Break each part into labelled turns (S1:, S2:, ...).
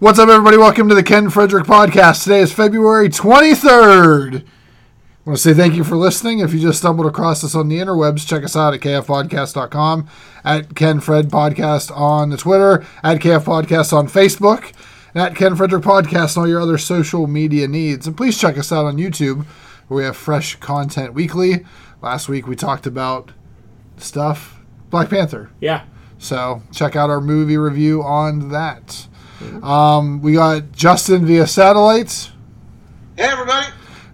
S1: What's up, everybody? Welcome to the Ken Frederick Podcast. Today is February 23rd. I want to say thank you for listening. If you just stumbled across us on the interwebs, check us out at kfpodcast.com, at Ken Fred Podcast on the Twitter, at KF Podcast on Facebook, and at Ken Frederick Podcast and all your other social media needs. And please check us out on YouTube, where we have fresh content weekly. Last week we talked about stuff Black Panther.
S2: Yeah.
S1: So check out our movie review on that. Um, we got Justin via satellite.
S3: Hey everybody!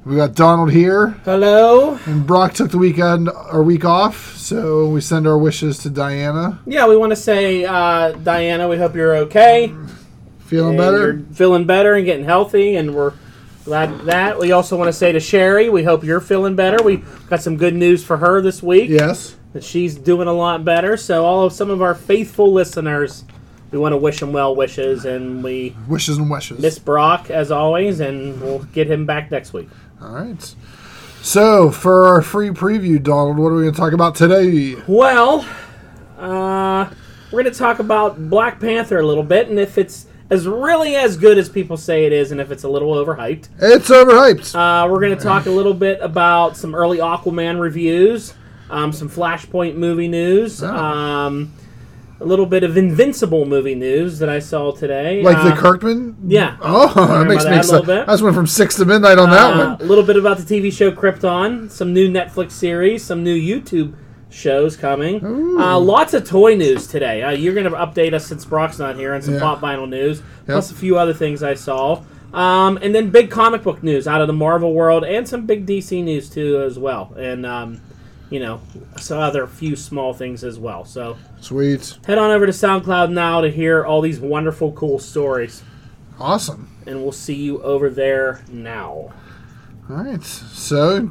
S1: We got Donald here,
S2: Hello.
S1: and Brock took the weekend or week off, so we send our wishes to Diana.
S2: Yeah, we want to say, uh, Diana, we hope you're okay.
S1: Feeling
S2: and
S1: better?
S2: You're feeling better and getting healthy, and we're glad of that. We also want to say to Sherry, we hope you're feeling better. We got some good news for her this week.
S1: Yes.
S2: That she's doing a lot better. So, all of some of our faithful listeners, we want to wish them well wishes, and we
S1: Wishes and wishes.
S2: miss Brock as always, and we'll get him back next week.
S1: All right. So for our free preview, Donald, what are we going to talk about today?
S2: Well, uh, we're going to talk about Black Panther a little bit, and if it's as really as good as people say it is, and if it's a little overhyped,
S1: It's overhyped.
S2: uh, we're going to talk a little bit about some early Aquaman reviews, um, some Flashpoint movie news,
S1: Ah.
S2: um, a little bit of Invincible movie news that I saw today.
S1: like the
S2: Uh,
S1: Kirkman?
S2: yeah.
S1: Oh, that makes me
S2: about that a little
S1: excited.
S2: bit?
S1: I just went from six to midnight on that
S2: Uh,
S1: one.
S2: a little bit about the TV show Krypton, some new Netflix series, some new YouTube shows coming. Uh, lots of toy news today. Uh, you're going to update us since Brock's not here and some
S1: Yeah.
S2: pop vinyl news, plus a few other things I saw. Um, and then big comic book news out of the Marvel world and some big DC news too as well. And, um, you know, some other few small things as well. So
S1: Sweet.
S2: head on over to SoundCloud now to hear all these wonderful, cool stories.
S1: Awesome.
S2: And we'll see you over there now.
S1: All right. So,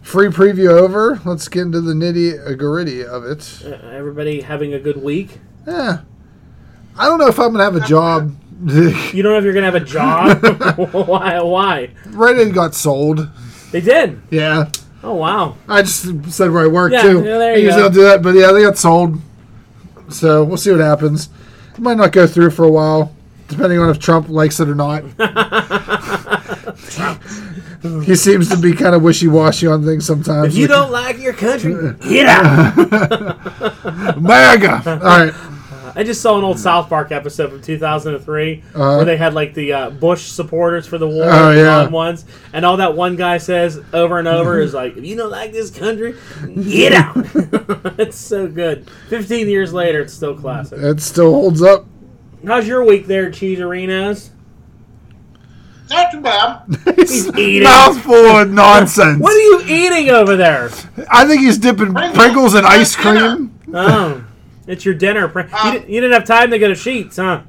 S1: free preview over. Let's get into the nitty gritty of it.
S2: Uh, Everybody having a good week.
S1: Yeah. I don't know if I'm going to have a job.
S2: You don't know if you're gonna have a job. why? Why?
S1: right in got sold.
S2: They did.
S1: Yeah.
S2: Oh wow.
S1: I just said where I work,
S2: Yeah,
S1: too.
S2: yeah, there
S1: I
S2: you
S1: usually
S2: go.
S1: don't do that, but yeah, they got sold. So, we'll see what happens. It might not go through for a while, depending on if Trump likes it or not. he seems to be kind of wishy washy on things sometimes.
S2: You don't like your country? Get out!
S1: MAGA! All right.
S2: I just saw an old South Park episode from 2003 where they had like the uh, Bush supporters for the war,
S1: Uh-huh. Oh,
S2: the
S1: yeah.
S2: Ron ones, and all that one guy says over and over is like, "If you don't like this country, get out." it's so good. 15 years later, it's still classic.
S1: It still holds up.
S2: How's your week there, Cheeserinos?
S3: Not too bad.
S2: He's eating.
S1: Mouthful of nonsense.
S2: What are you eating over there?
S1: I think he's dipping
S3: Pringles.
S1: Pringles in ice
S3: Dinner.
S1: cream.
S2: Oh, it's your dinner. Pran- you,
S3: Um,
S2: didn't, you didn't have time to go to sheets, huh?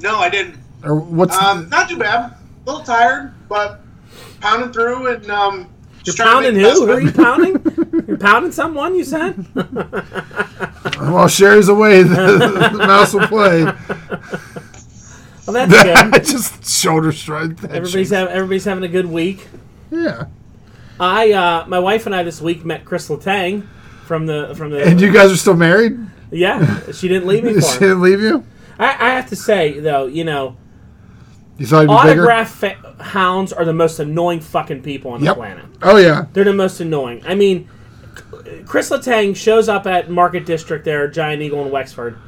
S3: No, I didn't.
S1: Or what's
S3: Um, not too bad. A little tired, but pounding through and um.
S2: You're
S3: just trying to
S2: pounding
S3: make
S2: who?
S3: the
S2: Who are you
S3: best
S2: pounding? You're pounding someone, you said?
S1: while Sherry's away, the, the mouse will play.
S2: Well, that's good.
S1: Just shoulder strike.
S2: Everybody's, have, everybody's having a good week.
S1: yeah.
S2: I, uh, my wife and I this week met Crystal Tang from the from the
S1: And you guys are still married?
S2: yeah. She didn't leave me
S1: She
S2: for it.
S1: didn't leave you?
S2: I, I have to say though, you know,
S1: You thought you'd be bigger?
S2: autograph fa- hounds are the most annoying fucking people on the
S1: Yep.
S2: planet.
S1: Oh, yeah.
S2: They're the most annoying. I mean, Chris Letang shows up at Market District there, Giant Eagle in Wexford,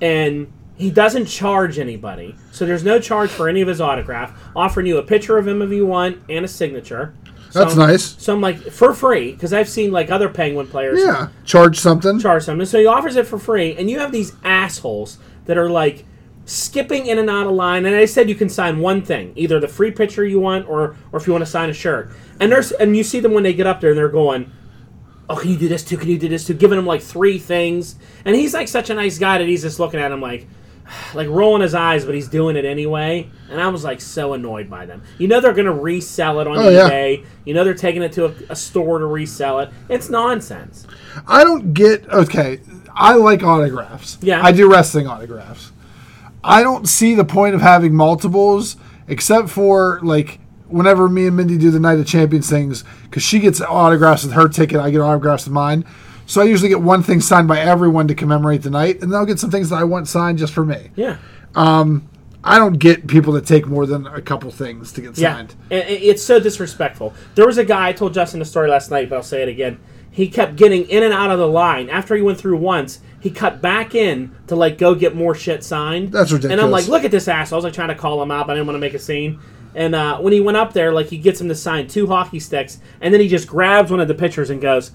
S2: and he doesn't charge anybody. So there's no charge for any of his autograph. Offering you a picture of him if you want and a signature. So
S1: That's
S2: I'm-
S1: nice.
S2: So I'm like, for free, because I've seen like other Penguin players
S1: Yeah. Charge something.
S2: charge something. So he offers it for free, and you have these assholes that are like skipping in and out of line. And I said you can sign one thing, either the free picture you want, or or if you want to sign a shirt. And there's and you see them when they get up there, and they're going. Oh, can you do this too? Can you do this too? Giving him like three things, and he's like such a nice guy that he's just looking at him like, like rolling his eyes, but he's doing it anyway. And I was like so annoyed by them. You know they're gonna resell it on
S1: Oh, yeah.
S2: eBay. You know they're taking it to a, a store to resell it. It's nonsense.
S1: I don't get okay. I like autographs.
S2: Yeah.
S1: I do wrestling autographs. I don't see the point of having multiples, except for like whenever me and Mindy do the Night of Champions things, because she gets autographs with her ticket, I get autographs with mine. So I usually get one thing signed by everyone to commemorate the night, and then I'll get some things that I want signed just for me.
S2: Yeah.
S1: I don't get people that take more than a couple things to get
S2: Yeah,
S1: signed.
S2: And it- it's so disrespectful. There was a guy I told Justin the story last night, but I'll say it again. He kept getting in and out of the line. After he went through once, he cut back in to like go get more shit signed.
S1: That's
S2: And I'm
S1: ridiculous.
S2: like, look at this asshole. I was like trying to call him out, but I didn't want to make a scene. And uh, when he went up there, like he gets him to sign two hockey sticks, and then he just grabs one of the pitchers and goes,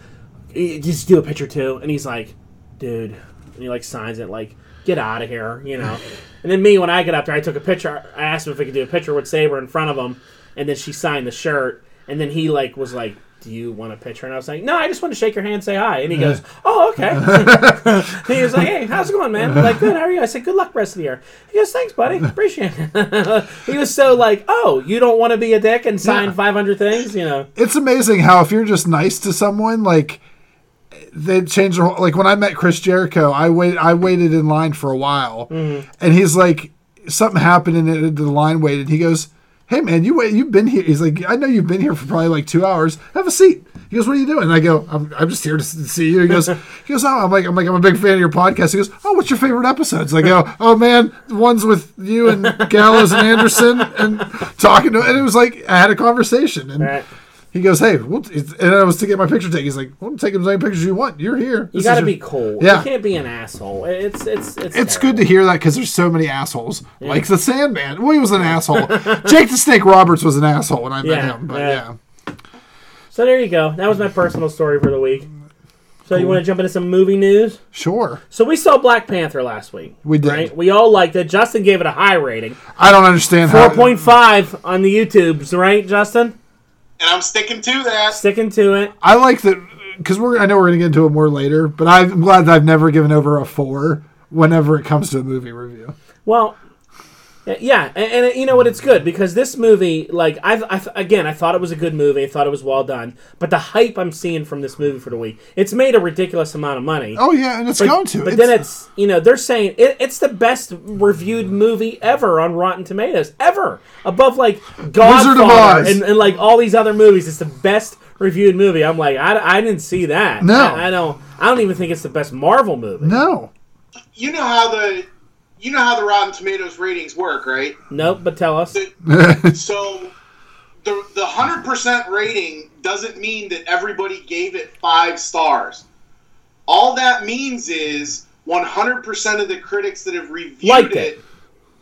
S2: "Y- "Just do a picture too." And he's like, "Dude," and he like signs it, like, "Get out of here," you know. And then me, when I got up there, I took a picture. I asked him if we could do a picture with Saber in front of him, and then she signed the shirt. And then he like was like, "Do you want a picture?" And I was like, "No, I just want to shake your hand, say hi." And he goes, "Oh, okay." he was like, "Hey, how's it going, man?" I'm like, "Good. How are you?" I said, "Good luck rest of the year." He goes, "Thanks, buddy. Appreciate it." he was so like, "Oh, you don't want to be a dick and sign
S1: Yeah.
S2: 500 things, you know?"
S1: It's amazing how if you're just nice to someone, like they change their whole, like when I met Chris Jericho, I wait I waited in line for a while, and he's like something happened and it, the line waited. He goes, "Hey man, you wait, you've been here." He's like, "I know you've been here for probably like two hours. Have a seat." He goes, "What are you doing?" And I go, "I'm, I'm just here to s- see you." He goes, "He goes, oh, I'm like I'm like I'm a big fan of your podcast." He goes, "Oh, what's your favorite episodes?" I go, "Oh man, the ones with you and Gallows and Anderson and talking to." And it was like I had a conversation and.
S2: Right.
S1: He goes, hey, we'll, it's- and I was to get my picture taken. He's like, we'll take as many pictures as you want. You're here.
S2: You
S1: This
S2: got to
S1: is
S2: be
S1: your-"
S2: cool.
S1: Yeah.
S2: You can't be an asshole. It's it's it's.
S1: It's good
S2: terrible.
S1: to hear that because there's so many assholes. Like the Sandman. Well, he was an asshole. Jake the Snake Roberts was an asshole when I met
S2: Yeah,
S1: him. But
S2: yeah.
S1: yeah.
S2: So there you go. That was my personal story for the week. So you want to jump into some movie news?
S1: sure.
S2: So we saw Black Panther last week.
S1: We did.
S2: Right? We all liked it. Justin gave it a high rating,
S1: I don't understand
S2: four
S1: how.
S2: point five on the YouTubes. Right, Justin?
S3: and I'm sticking to that.
S2: Sticking to it.
S1: I like that because we're. I know we're going to get into it more later, but I'm glad that I've never given over a four whenever it comes to a movie review.
S2: Well, uh, yeah, and, and you know what? It's good because this movie, like, I've, I've again, I thought it was a good movie. I thought it was well done, but the hype I'm seeing from this movie for the week, it's made a ridiculous amount of money.
S1: Oh yeah, and it's
S2: But-
S1: going to.
S2: But
S1: it's,
S2: then it's you know they're saying it, it's the best reviewed movie ever on Rotten Tomatoes ever above like Godfather
S1: Oz.
S2: and, and like all these other movies. It's the best reviewed movie. I'm like I, I didn't see that.
S1: No.
S2: I, I don't. I don't even think it's the best Marvel movie.
S1: no.
S3: You know how the you know how the Rotten Tomatoes ratings work, right?
S2: Nope. But tell us.
S3: So the the hundred percent rating doesn't mean that everybody gave it five stars. All that means is one hundred percent of the critics that have reviewed
S2: Liked
S3: it,
S2: it.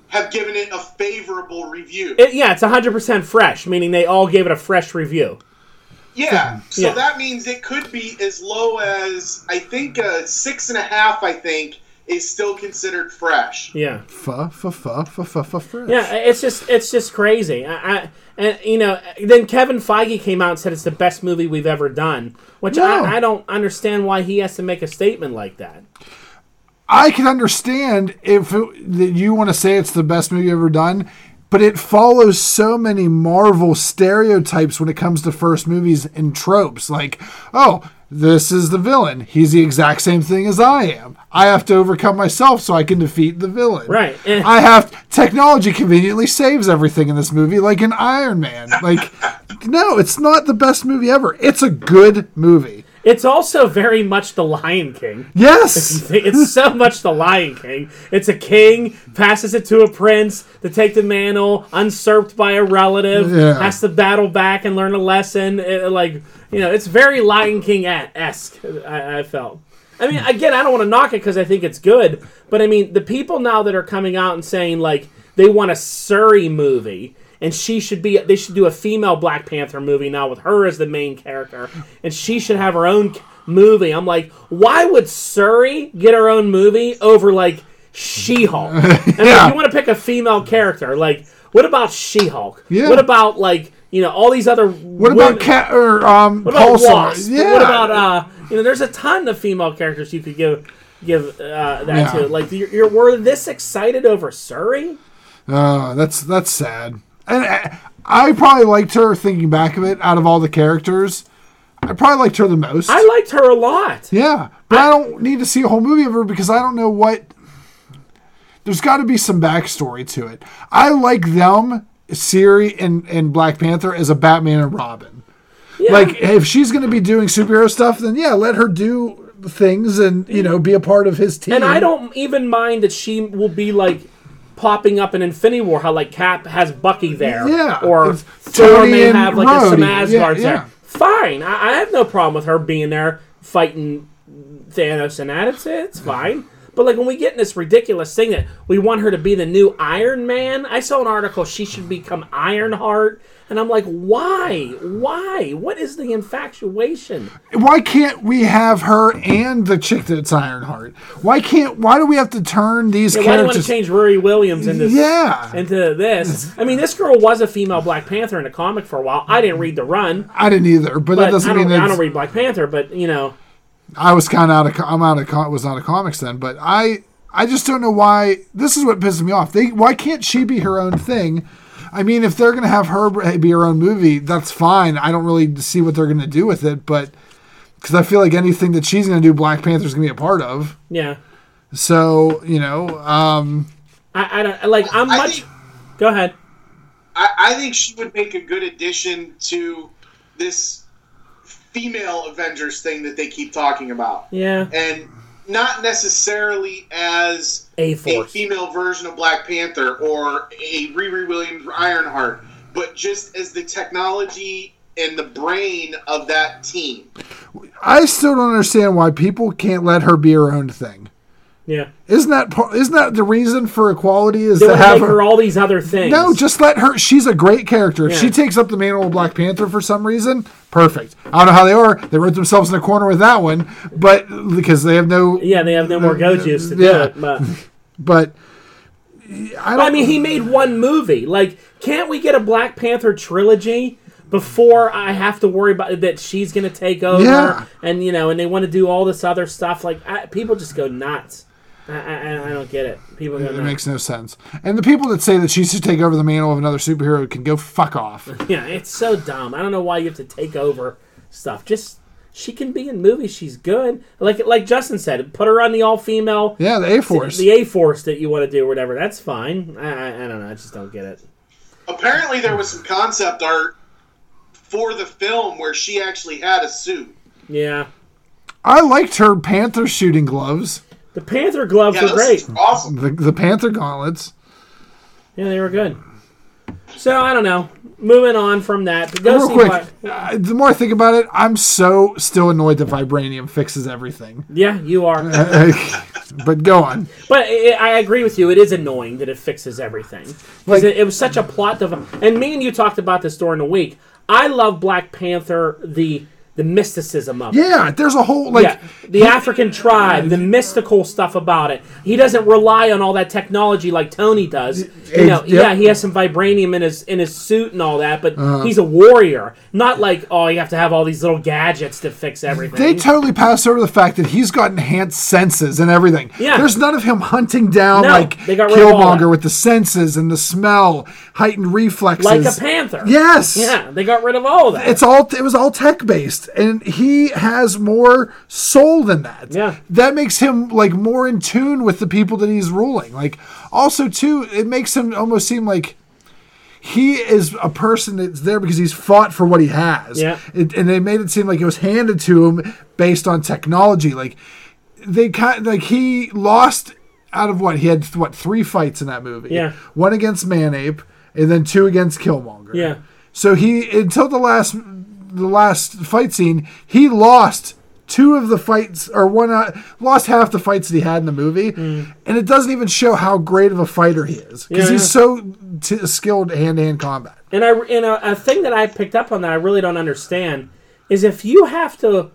S3: have given it a favorable review.
S2: It, yeah, it's 100% fresh, meaning they all gave it a fresh review.
S3: yeah. So
S2: Yeah.
S3: that means it could be as low as I think a six and a half. I think is still considered fresh.
S2: Yeah.
S1: Fa fa fa fa fa fa. fresh.
S2: Yeah, it's just it's just crazy. I, I and you know, then Kevin Feige came out and said it's the best movie we've ever done, which
S1: No.
S2: I, I don't understand why he has to make a statement like that.
S1: I can understand if it, that you want to say it's the best movie ever done, but it follows so many Marvel stereotypes when it comes to first movies and tropes. Like, oh, this is the villain. He's the exact same thing as I am. I have to overcome myself so I can defeat the villain.
S2: Right. Eh.
S1: I have technology conveniently saves everything in this movie, like in Iron Man. Like, no, it's not the best movie ever. It's a good movie.
S2: It's also very much The Lion King.
S1: Yes.
S2: It's so much The Lion King. It's a king passes it to a prince to take the mantle, usurped by a relative,
S1: Yeah.
S2: has to battle back and learn a lesson. It- like you know, it's very Lion King esque. I, I felt. I mean, again, I don't want to knock it because I think it's good, but I mean, the people now that are coming out and saying like they want a Surrey movie. And she should be. They should do a female Black Panther movie now with her as the main character, and she should have her own c- movie. I'm like, why would Surrey get her own movie over like She-Hulk? I mean, if
S1: Yeah.
S2: you want to pick a female character, like what about She-Hulk?
S1: Yeah.
S2: What about like you know all these other?
S1: What about Cat or um?
S2: What about
S1: Paulson?
S2: Wasp?
S1: Yeah.
S2: What about uh? You know, there's a ton of female characters you could give give uh, that
S1: Yeah.
S2: to. Like you're, you're we're this excited over Surrey?
S1: Oh, that's that's sad. And I, I probably liked her thinking back of it. Out of all the characters, I probably liked her the most.
S2: I liked her a lot.
S1: yeah, but I, don't need to see a whole movie of her because I don't know what. There's got to be some backstory to it. I like them, Siri and and Black Panther as a Batman and Robin.
S2: Yeah.
S1: Like if she's going to be doing superhero stuff, then yeah, let her do things and you know be a part of his team.
S2: And I don't even mind that she will be like popping up in Infinity War, how like Cap has Bucky there,
S1: Yeah,
S2: or
S1: it's
S2: Thor
S1: Tony
S2: may
S1: and
S2: have like a,
S1: Rhodey.
S2: some
S1: Yeah,
S2: Asgards
S1: yeah.
S2: there. Fine, I, I have no problem with her being there fighting Thanos and that. It's it's fine. But like when we get in this ridiculous thing that we want her to be the new Iron Man, I saw an article she should become Ironheart, and I'm like, why? Why? What is the infatuation?
S1: Why can't we have her and the chick that's Ironheart? Why can't? Why do we have to turn these
S2: Yeah, why do you want to
S1: characters?
S2: change Rory Williams into
S1: Yeah.
S2: into this? I mean, this girl was a female Black Panther in a comic for a while. I didn't read the run,
S1: I didn't either, but, that
S2: but I
S1: doesn't
S2: don't,
S1: mean
S2: I
S1: it's,
S2: don't read Black Panther. But you know,
S1: I was kind of out of co- I'm out of co- was out of comics then, but I I just don't know why this is what pisses me off. They why can't she be her own thing? I mean, if they're gonna have her be her own movie, that's fine. I don't really see what they're gonna do with it, but because I feel like anything that she's gonna do, Black Panther's gonna be a part of.
S2: yeah,
S1: So you know, um,
S2: I, I don't like. I'm
S3: I
S2: much.
S3: think-
S2: Go ahead.
S3: I, I think she would make a good addition to this female Avengers thing that they keep talking about,
S2: Yeah,
S3: and not necessarily as
S2: A
S3: a
S2: Force.
S3: female version of Black Panther or a Riri Williams Ironheart, but just as the technology and the brain of that team.
S1: I still don't understand why people can't let her be her own thing.
S2: Yeah,
S1: Isn't that par- isn't that the reason for equality? Is
S2: they
S1: to
S2: want to
S1: have
S2: make her all these other things.
S1: No, just let her. She's a great character. If
S2: Yeah.
S1: she takes up the mantle of Black Panther for some reason, perfect. I don't know how they are. They wrote themselves in a corner with that one, but because they have no.
S2: yeah, they have no more go juice to do
S1: Yeah.
S2: it. But
S1: But I don't.
S2: I mean, he made one movie. Like, can't we get a Black Panther trilogy before I have to worry about that she's going to take over?
S1: Yeah.
S2: And you know, and they want to do all this other stuff. Like, I, people just go nuts. I, I, I don't get it. People go
S1: it
S2: nuts.
S1: makes no sense. And the people that say that she should take over the mantle of another superhero can go fuck off.
S2: Yeah, it's so dumb. I don't know why you have to take over stuff. Just she can be in movies. She's good. Like like Justin said, put her on the all female.
S1: Yeah, the A Force.
S2: The A force that you want to do, or whatever, that's fine. I, I, I don't know. I just don't get it.
S3: Apparently, there was some concept art for the film where she actually had a suit.
S2: Yeah,
S1: I liked her Panther shooting gloves,
S2: the Panther gloves
S3: Yeah,
S2: are great.
S3: that's awesome.
S1: the, the Panther gauntlets.
S2: Yeah, they were good. So I don't know. Moving on from that, but go
S1: Real
S2: see
S1: quick,
S2: what-
S1: uh, the more I think about it, I'm so still annoyed that vibranium fixes everything.
S2: yeah, you are.
S1: but go on.
S2: but i I agree with you. It is annoying that it fixes everything. 'Cause
S1: Like-
S2: it, it was such a plot device. And me and you talked about this during the week. I love Black Panther. The the mysticism of it.
S1: Yeah, there's a whole like.
S2: yeah, the African tribe, the mystical stuff about it. He doesn't rely on all that technology like Tony does. You know,
S1: Ex- yep.
S2: yeah, he has some vibranium in his in his suit and all that, but he's a warrior. Not like oh, you have to have all these little gadgets to fix everything.
S1: They totally pass over the fact that he's got enhanced senses and everything.
S2: Yeah.
S1: There's none of him hunting down
S2: No,
S1: like
S2: they got rid of all that.
S1: Killmonger with the senses and the smell, heightened reflexes.
S2: like a panther.
S1: Yes.
S2: Yeah, they got rid of all that.
S1: It's all it was all tech based, and he has more soul than that.
S2: Yeah.
S1: that makes him like more in tune with the people that he's ruling. Like, also too, it makes him almost seem like he is a person that's there because he's fought for what he has.
S2: Yeah.
S1: It- and they made it seem like it was handed to him based on technology. Like they kind like he lost out of what he had what three fights in that movie.
S2: Yeah.
S1: one against Manape, and then two against Killmonger.
S2: Yeah.
S1: So he until the last the last fight scene, he lost two of the fights or one uh, lost half the fights that he had in the movie, and it doesn't even show how great of a fighter he is because
S2: Mm.
S1: he's
S2: Yeah, yeah.
S1: so t- skilled hand to hand combat.
S2: And I and a, a thing that I picked up on that I really don't understand is if you have to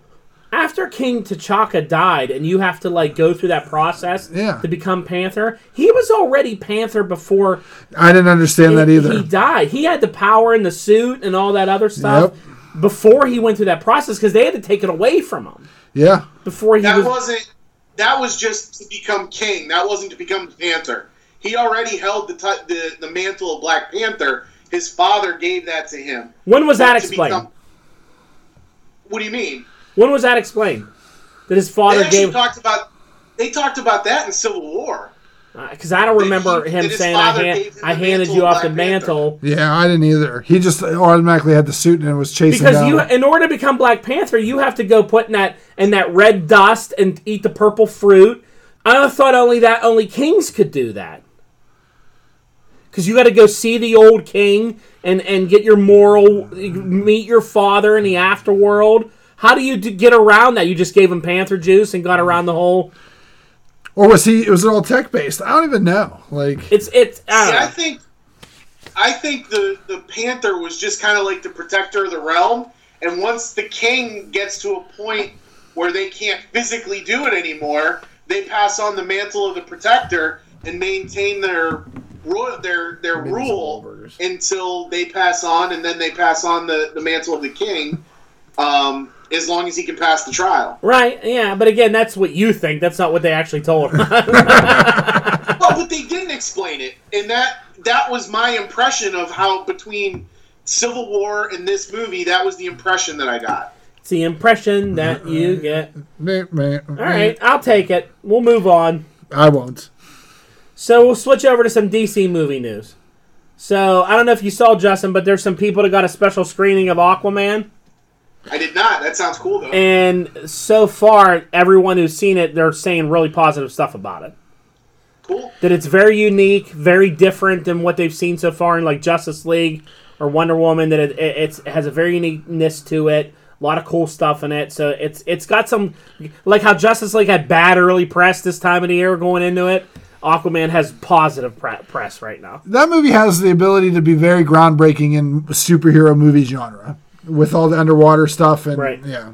S2: after King T'Chaka died and you have to like go through that process
S1: Yeah.
S2: to become Panther, he was already Panther before
S1: I didn't understand that either.
S2: he died. He had the power and the suit and all that other stuff before he went through that process because they had to take it away from him
S1: yeah,
S2: before he
S3: That
S2: was.
S3: wasn't. That was just to become king. That wasn't to become Panther. He already held the ti- the, the mantle of Black Panther. His father gave that to him.
S2: when was that
S3: To
S2: explained?
S3: become- what do you mean?
S2: when was that explained? That his
S3: They
S2: father
S3: actually
S2: gave
S3: talked about. They talked about that in Civil War.
S2: because uh, I don't remember
S3: he-
S2: him
S3: that his
S2: saying I,
S3: father
S2: hand,
S3: gave him
S2: I
S3: the
S2: handed
S3: mantle
S2: you
S3: of
S2: off the
S3: Black Panther."
S2: mantle.
S1: yeah, I didn't either. He just automatically had the suit and was chasing
S2: Because
S1: down.
S2: you, in order to become Black Panther, you have to go put in that in that red dust and eat the purple fruit. I thought only that only kings could do that. because you got to go see the old king and and get your moral, meet your father in the afterworld. How do you d- get around that? You just gave him panther juice and got around the whole.
S1: Or was he? Was it all tech based? I don't even know. Like,
S2: It's it's. uh, I
S3: See,
S2: don't
S3: I
S2: know.
S3: think, I think the the panther was just kind of like the protector of the realm, and once the king gets to a point where they can't physically do it anymore, they pass on the mantle of the protector and maintain their royal their their
S1: Maybe some
S3: rule
S1: burgers.
S3: until they pass on, and then they pass on the the mantle of the king, um, as long as he can pass the trial.
S2: Right, yeah, but again, that's what you think. That's not what they actually told him.
S3: well, but they didn't explain it, and that that was my impression of how between Civil War and this movie, that was the impression that I got.
S2: it's the impression that you get.
S1: meh, meh,
S2: All right, I'll take it. We'll move on.
S1: I won't.
S2: So we'll switch over to some DC movie news. So I don't know if you saw Justin, but there's some people that got a special screening of Aquaman,
S3: I did not. That sounds cool though.
S2: and so far, everyone who's seen it, they're saying really positive stuff about it.
S3: cool.
S2: That it's very unique, very different than what they've seen so far in like Justice League or Wonder Woman. That it, it it's, it has a very uniqueness to it, a lot of cool stuff in it. So it's it's got some like how Justice League had bad early press this time of the year going into it. Aquaman has positive pre- press right now.
S1: That movie has the ability to be very groundbreaking in superhero movie genre with all the underwater stuff and
S2: Right.
S1: yeah.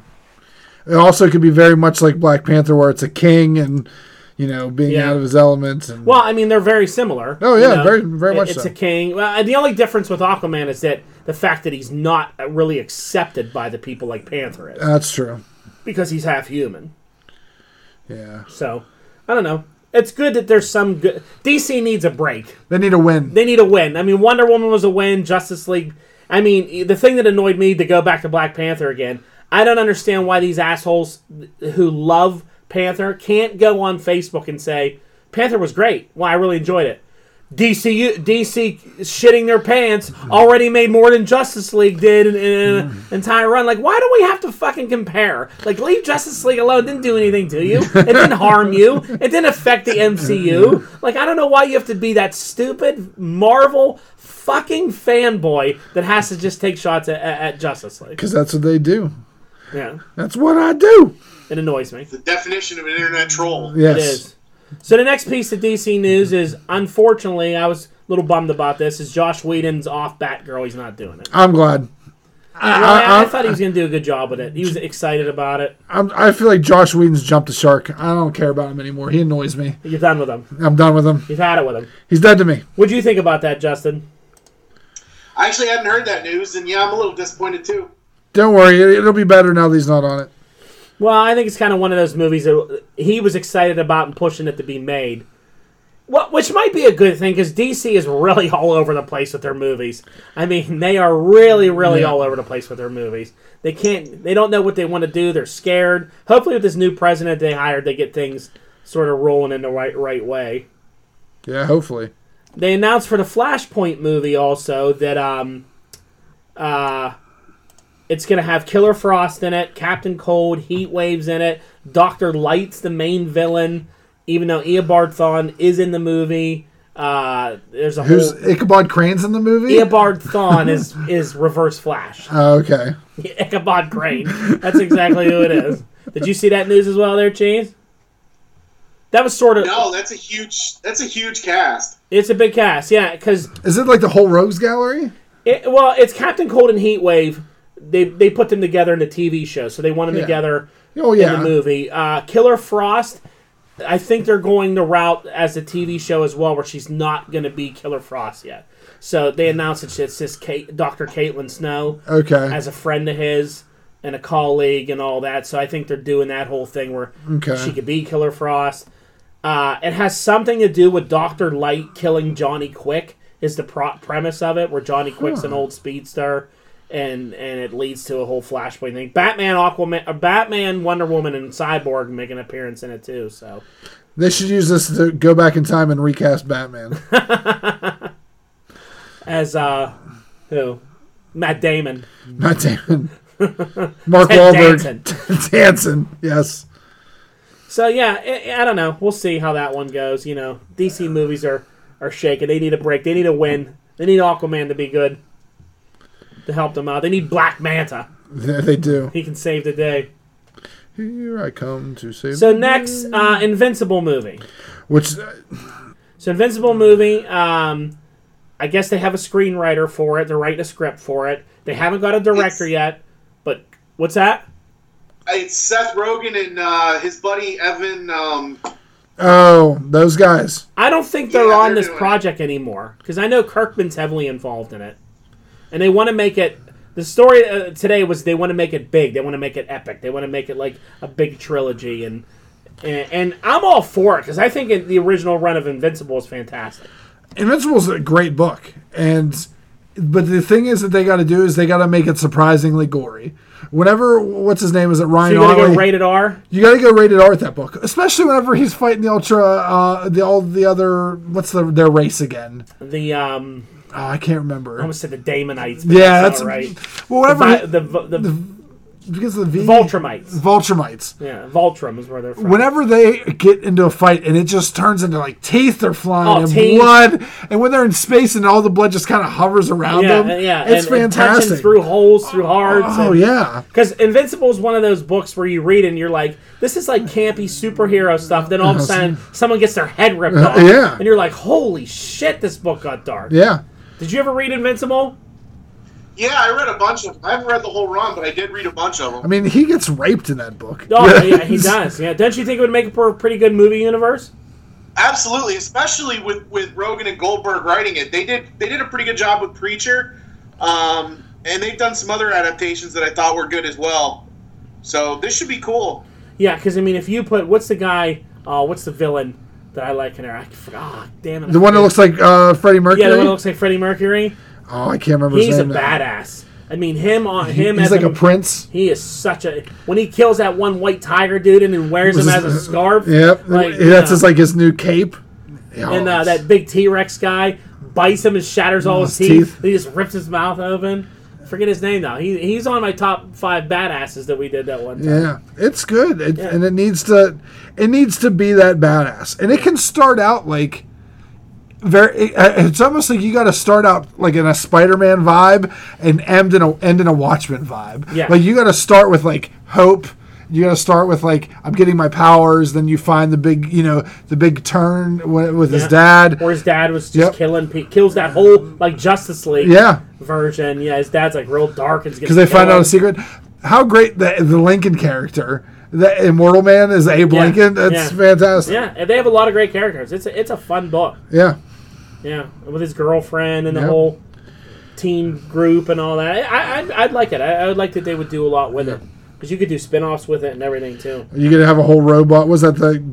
S1: It also could be very much like Black Panther, where it's a king and you know being
S2: Yeah.
S1: out of his element. And
S2: Well, I mean, they're very similar.
S1: Oh, yeah, very- very
S2: it-
S1: much
S2: It's
S1: so.
S2: a king. Well, and the only difference with Aquaman is that the fact that he's not really accepted by the people like Panther is
S1: that's true.
S2: because he's half human.
S1: Yeah,
S2: So I don't know. It's good that there's some good. DC needs a break.
S1: they need a win.
S2: They need a win. I mean, Wonder Woman was a win. Justice League. I mean, the thing that annoyed me to go back to Black Panther again. I don't understand why these assholes who love Panther can't go on Facebook and say Panther was great. Well, I really enjoyed it. DC DC shitting their pants already made more than Justice League did in, in an entire run. Like, why do we have to fucking compare? Like, leave Justice League alone. It didn't do anything to you. It didn't harm you. It didn't affect the MCU. Like, I don't know why you have to be that stupid Marvel fucking fanboy that has to just take shots at, at, at Justice League.
S1: because that's what they do.
S2: Yeah,
S1: That's what I do.
S2: it annoys me.
S3: The definition of an internet troll.
S1: Yes,
S2: It is. So the next piece of DC news is, unfortunately, I was a little bummed about this. Is Josh Whedon's off Batgirl? He's not doing it.
S1: I'm glad. I,
S2: Well, I, I
S1: I, I,
S2: thought he was going to do a good job with it. He was excited about it.
S1: I'm- I feel like Josh Whedon's jumped the shark. I don't care about him anymore. He annoys me.
S2: You're done with him.
S1: I'm done with him.
S2: You've had it with him.
S1: He's dead to me.
S2: What'd you think about that, Justin?
S3: I actually hadn't heard that news, and yeah, I'm a little disappointed too.
S1: Don't worry, it- it'll be better now that he's not on it.
S2: Well, I think it's kind of one of those movies that he was excited about and pushing it to be made. What, which might be a good thing because DC is really all over the place with their movies. I mean, they are really, really all over the place with their movies. They can't, they don't know what they want to do. They're scared. Hopefully, with this new president they hired, they get things sort of rolling in the right, right way.
S1: Yeah, hopefully.
S2: they announced for the Flashpoint movie also that um uh it's gonna have Killer Frost in it, Captain Cold, Heat Waves in it, Doctor Light's the main villain, even though Eobard Thawne is in the movie. Uh, there's a
S1: Who's
S2: whole
S1: Ichabod Crane's in the movie?
S2: Eobard Thawne is is Reverse Flash.
S1: Oh, okay.
S2: Ichabod Crane. That's exactly who it is. Did you see that news as well, there, Cheese? That was sort of
S3: No, that's a huge that's a huge cast.
S2: it's a big cast, yeah, because
S1: Is it like the whole Rogues Gallery?
S2: It, well, it's Captain Cold and Heat Wave. They they put them together in the TV show, so they want them
S1: Yeah.
S2: together
S1: Oh
S2: in
S1: yeah.
S2: the movie. Uh, Killer Frost. I think they're going the route as a TV show as well, where she's not going to be Killer Frost yet. So they announced that it's this Kate, Dr. Caitlin Snow
S1: Okay.
S2: as a friend of his and a colleague and all that. So I think they're doing that whole thing where
S1: Okay.
S2: she could be Killer Frost. Uh, it has something to do with Doctor Light killing Johnny Quick. Is the pro- premise of it where Johnny Quick's an old speedster, and and it leads to a whole Flashpoint thing. Batman, Aquaman, uh, Batman, Wonder Woman, and Cyborg make an appearance in it too. So
S1: They should use this to go back in time and recast Batman.
S2: as uh, who? Matt Damon.
S1: Not Damon. Mark
S2: Ted
S1: Wahlberg. Danson. Yes.
S2: So yeah, I, I don't know. We'll see how that one goes. You know, DC movies are are shaking. They need a break. They need a win. They need Aquaman to be good to help them out. They need Black Manta.
S1: They, they do.
S2: He can save the day.
S1: Here I come to save.
S2: So next, uh, Invincible movie.
S1: Which uh,
S2: So Invincible movie. Um, I guess they have a screenwriter for it. They're writing a script for it. They haven't got a director
S3: It's-
S2: yet. But what's that?
S3: Uh, It's Seth Rogen and uh, his buddy Evan. Um,
S1: oh those guys.
S2: I don't think they're
S3: Yeah,
S2: on
S3: they're
S2: this
S3: doing it.
S2: project anymore because I know Kirkman's heavily involved in it, and they want to make it. The story uh, today was they want to make it big. They want to make it epic. They want to make it like a big trilogy, and and, and I'm all for it because I think it, the original run of Invincible is fantastic.
S1: Invincible's a great book, and but the thing is that they got to do is they got to make it surprisingly gory. Whenever what's his name is it Ryan
S2: You're gonna
S1: Otley?
S2: go rated R.
S1: you got to go rated R with that book, especially whenever he's fighting the ultra, uh, the all the other what's the, their race again?
S2: The um,
S1: Oh, I can't
S2: I
S1: remember.
S2: almost said the Damonites. but
S1: Yeah, that's
S2: not right.
S1: Well, whatever
S2: Vi- the the, the
S1: he- because of the v,
S2: Voltramites.
S1: Voltramites.
S2: Yeah, Voltrum is where they're from.
S1: Whenever they get into a fight and it just turns into like teeth are flying
S2: Oh,
S1: and
S2: teeth.
S1: blood, and when they're in space and all the blood just kind of hovers around
S2: yeah,
S1: them,
S2: yeah,
S1: it's
S2: and- and punching
S1: fantastic.
S2: through holes, through hearts.
S1: oh
S2: and-
S1: yeah,
S2: Because Invincible is one of those books where you read and you're like, this is like campy superhero stuff. Then all of a sudden, someone gets their head ripped off.
S1: Oh, Uh, yeah.
S2: And you're like, holy shit, this book got dark.
S1: yeah.
S2: Did you ever read Invincible?
S3: yeah, I read a bunch of them. I haven't read the whole run, but I did read a bunch of them.
S1: I mean, he gets raped in that book.
S2: Oh, yeah, he does. Yeah. Don't you think it would make for a pretty good movie universe?
S3: Absolutely, especially with with Rogan and Goldberg writing it. They did they did a pretty good job with Preacher, um, and they've done some other adaptations that I thought were good as well. So this should be cool.
S2: Yeah, because, I mean, if you put, what's the guy, uh, what's the villain that I like in there? I forgot. Ah, damn it.
S1: The one that looks like uh, Freddie Mercury.
S2: Yeah, the one that looks like Freddie Mercury.
S1: oh, I can't remember.
S2: He's
S1: his
S2: a
S1: name now.
S2: badass. I mean, him on him
S1: He's
S2: as
S1: like
S2: a,
S1: a prince.
S2: He is such a when he kills that one white tiger dude and then wears him as a scarf.
S1: Yep,
S2: like,
S1: that's
S2: yeah.
S1: his like his new cape. Yeah,
S2: and uh,
S1: it's-
S2: that big T Rex guy bites him and shatters all his,
S1: His
S2: teeth.
S1: teeth.
S2: He just rips his mouth open. Forget his name now. He, he's on my top five badasses that we did that one time.
S1: yeah, it's good, it, and it needs to, it needs to be that badass, and it can start out like. Very, it- uh, it's almost like you got to start out like in a Spider-Man vibe and end in a end in a Watchmen vibe.
S2: Yeah.
S1: like you got to start with like hope. You got to start with like I'm getting my powers. Then you find the big, you know, the big turn wi- with his
S2: Yeah.
S1: dad.
S2: Or his dad was just
S1: Yep.
S2: killing pe- kills that whole like Justice League
S1: yeah,
S2: version. Yeah, his dad's like real dark and
S1: because they find out a secret. How great the the Lincoln character, the Immortal Man, is Abe
S2: Yeah,
S1: Lincoln. That's
S2: yeah.
S1: fantastic.
S2: Yeah, and they have a lot of great characters. It's a, it's a fun book.
S1: Yeah.
S2: Yeah, with his girlfriend and the
S1: Yep.
S2: whole teen group and all that. I, I I'd like it. I, I would like that they would do a lot with it. 'Cause it because you could do spin-offs with it and everything too.
S1: you could have a whole robot. Was that the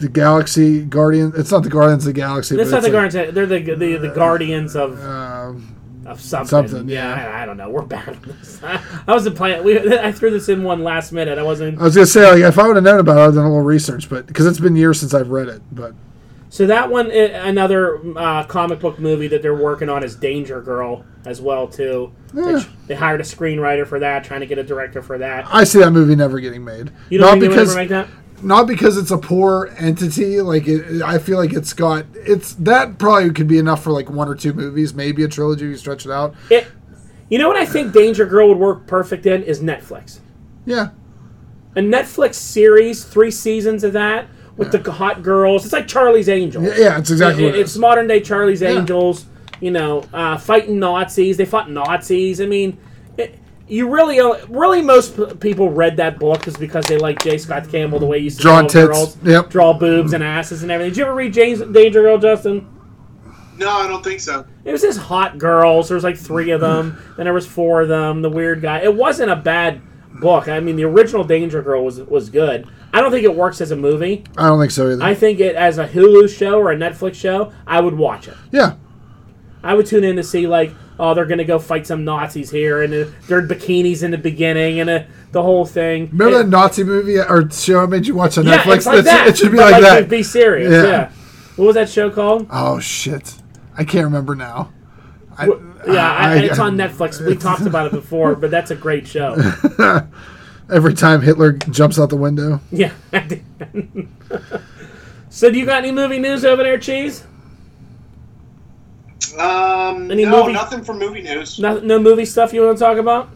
S1: the Galaxy Guardian? It's not the Guardians of the Galaxy.
S2: It's
S1: but
S2: not the
S1: it's
S2: guardians. They're the the, the guardians of
S1: a- um,
S2: of something.
S1: something,
S2: I, I don't know. We're bad. at this. I, wasn't playing. We, I threw this in one last minute. I wasn't.
S1: I was gonna say like if I would have known about it, I'd have done a little research, but because it's been years since I've read it, but
S2: So that one, i- another uh, comic book movie that they're working on is Danger Girl as well too. Which they hired a screenwriter for that, trying to get a director for that.
S1: I see that movie never getting made.
S2: You don't
S1: not
S2: think they would
S1: because
S2: ever make that?
S1: not because it's a poor entity. Like it, I feel like it's got it's that probably could be enough for like one or two movies, maybe a trilogy. You stretch it out.
S2: It, you know what I think Danger Girl would work perfect in is Netflix.
S1: Yeah,
S2: A Netflix series, three seasons of that with the hot girls. It's like Charlie's Angels.
S1: yeah, it's exactly. what
S2: It-
S1: it
S2: it's
S1: is.
S2: modern day Charlie's Angels. You know, uh, fighting Nazis. They fought Nazis. I mean, it, you really, uh, really, most p- people read that book is because they like J. Scott Campbell the way he used to
S1: Draw
S2: draw
S1: tits.
S2: girls,
S1: Yep.
S2: draw boobs and asses and everything. Did you ever read James Danger Girl, Justin?
S3: No, I don't think so.
S2: It was just hot girls. There was like three of them. then there was four of them. The weird guy. It wasn't a bad book. I mean, the original Danger Girl was was good. I don't think it works as a movie.
S1: I don't think so either.
S2: I think it as a Hulu show or a Netflix show. I would watch it.
S1: yeah,
S2: I would tune in to see like, oh, they're gonna go fight some Nazis here, and uh, they're in bikinis in the beginning, and uh, the whole thing.
S1: remember
S2: It-
S1: that Nazi movie or show I made you watch on
S2: yeah,
S1: Netflix?
S2: it's like
S1: It's-
S2: that.
S1: It should be
S2: but,
S1: like, that.
S2: Be serious.
S1: Yeah.
S2: Yeah. What was that show called?
S1: Oh shit, I can't remember now. I,
S2: Yeah, I,
S1: I-
S2: it's on Netflix. We talked about it before, but that's a great show.
S1: Every time Hitler jumps out the window.
S2: Yeah. I did. so do you got any movie news over there, Cheese?
S3: Um,
S2: Any
S3: no,
S2: movie-
S3: nothing from movie news.
S2: No, no movie stuff you want to talk about?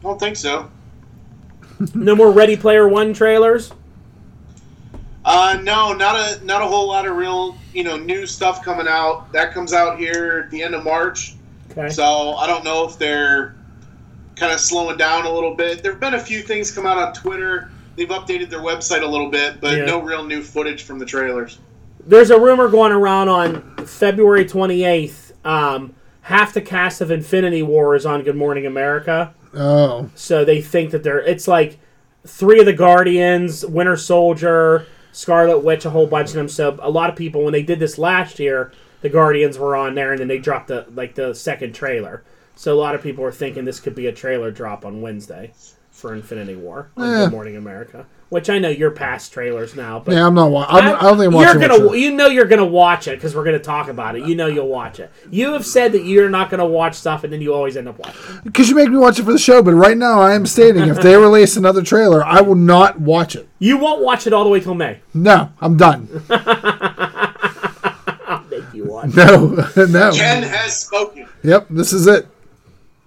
S3: I don't think so.
S2: No more Ready Player One trailers?
S3: Uh, no, not a not a whole lot of real you know new stuff coming out. That comes out here at the end of March.
S2: Okay.
S3: So I don't know if they're kind of slowing down a little bit. There have been a few things come out on Twitter. They've updated their website a little bit, but
S2: Yeah.
S3: no real new footage from the trailers.
S2: There's a rumor going around on February 28th. Um, half the cast of Infinity War is on Good Morning America.
S1: Oh,
S2: So they think that they're. It's like three of the Guardians, Winter Soldier, Scarlet Witch, a whole bunch of them. So a lot of people, when they did this last year, the Guardians were on there, and then they dropped the like the second trailer. So a lot of people are thinking this could be a trailer drop on Wednesday for Infinity War on
S1: Yeah.
S2: Good Morning America, which I know you're past trailers now, but.
S1: yeah. I'm not. Wa- I'm, I, don't think I'm watching.
S2: You're
S1: much
S2: gonna,
S1: of it.
S2: you know, you're gonna watch it because we're gonna talk about it. You know, you'll watch it. You have said that you're not gonna watch stuff, and then you always end up watching. it.
S1: Because you make me watch it for the show, but right now I am stating if they release another trailer, I will not watch it.
S2: You won't watch it all the way till May.
S1: No, I'm done.
S2: Make you watch.
S1: No, no.
S3: Ken has spoken.
S1: Yep, this is it.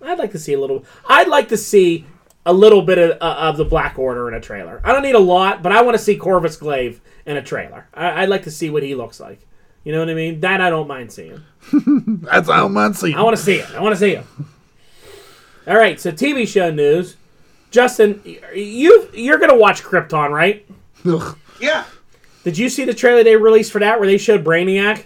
S2: I'd like to see a little. I'd like to see a little bit of, uh, of the Black Order in a trailer. I don't need a lot, but I want to see Corvus Glaive in a trailer. I, I'd like to see what he looks like. You know what I mean? That I don't mind seeing.
S1: That's how man see.
S2: I want to see it. I want to see it. All right. So TV show news. Justin, y- you you're gonna watch Krypton, right?
S1: Ugh.
S3: Yeah,
S2: Did you see the trailer they released for that where they showed Brainiac?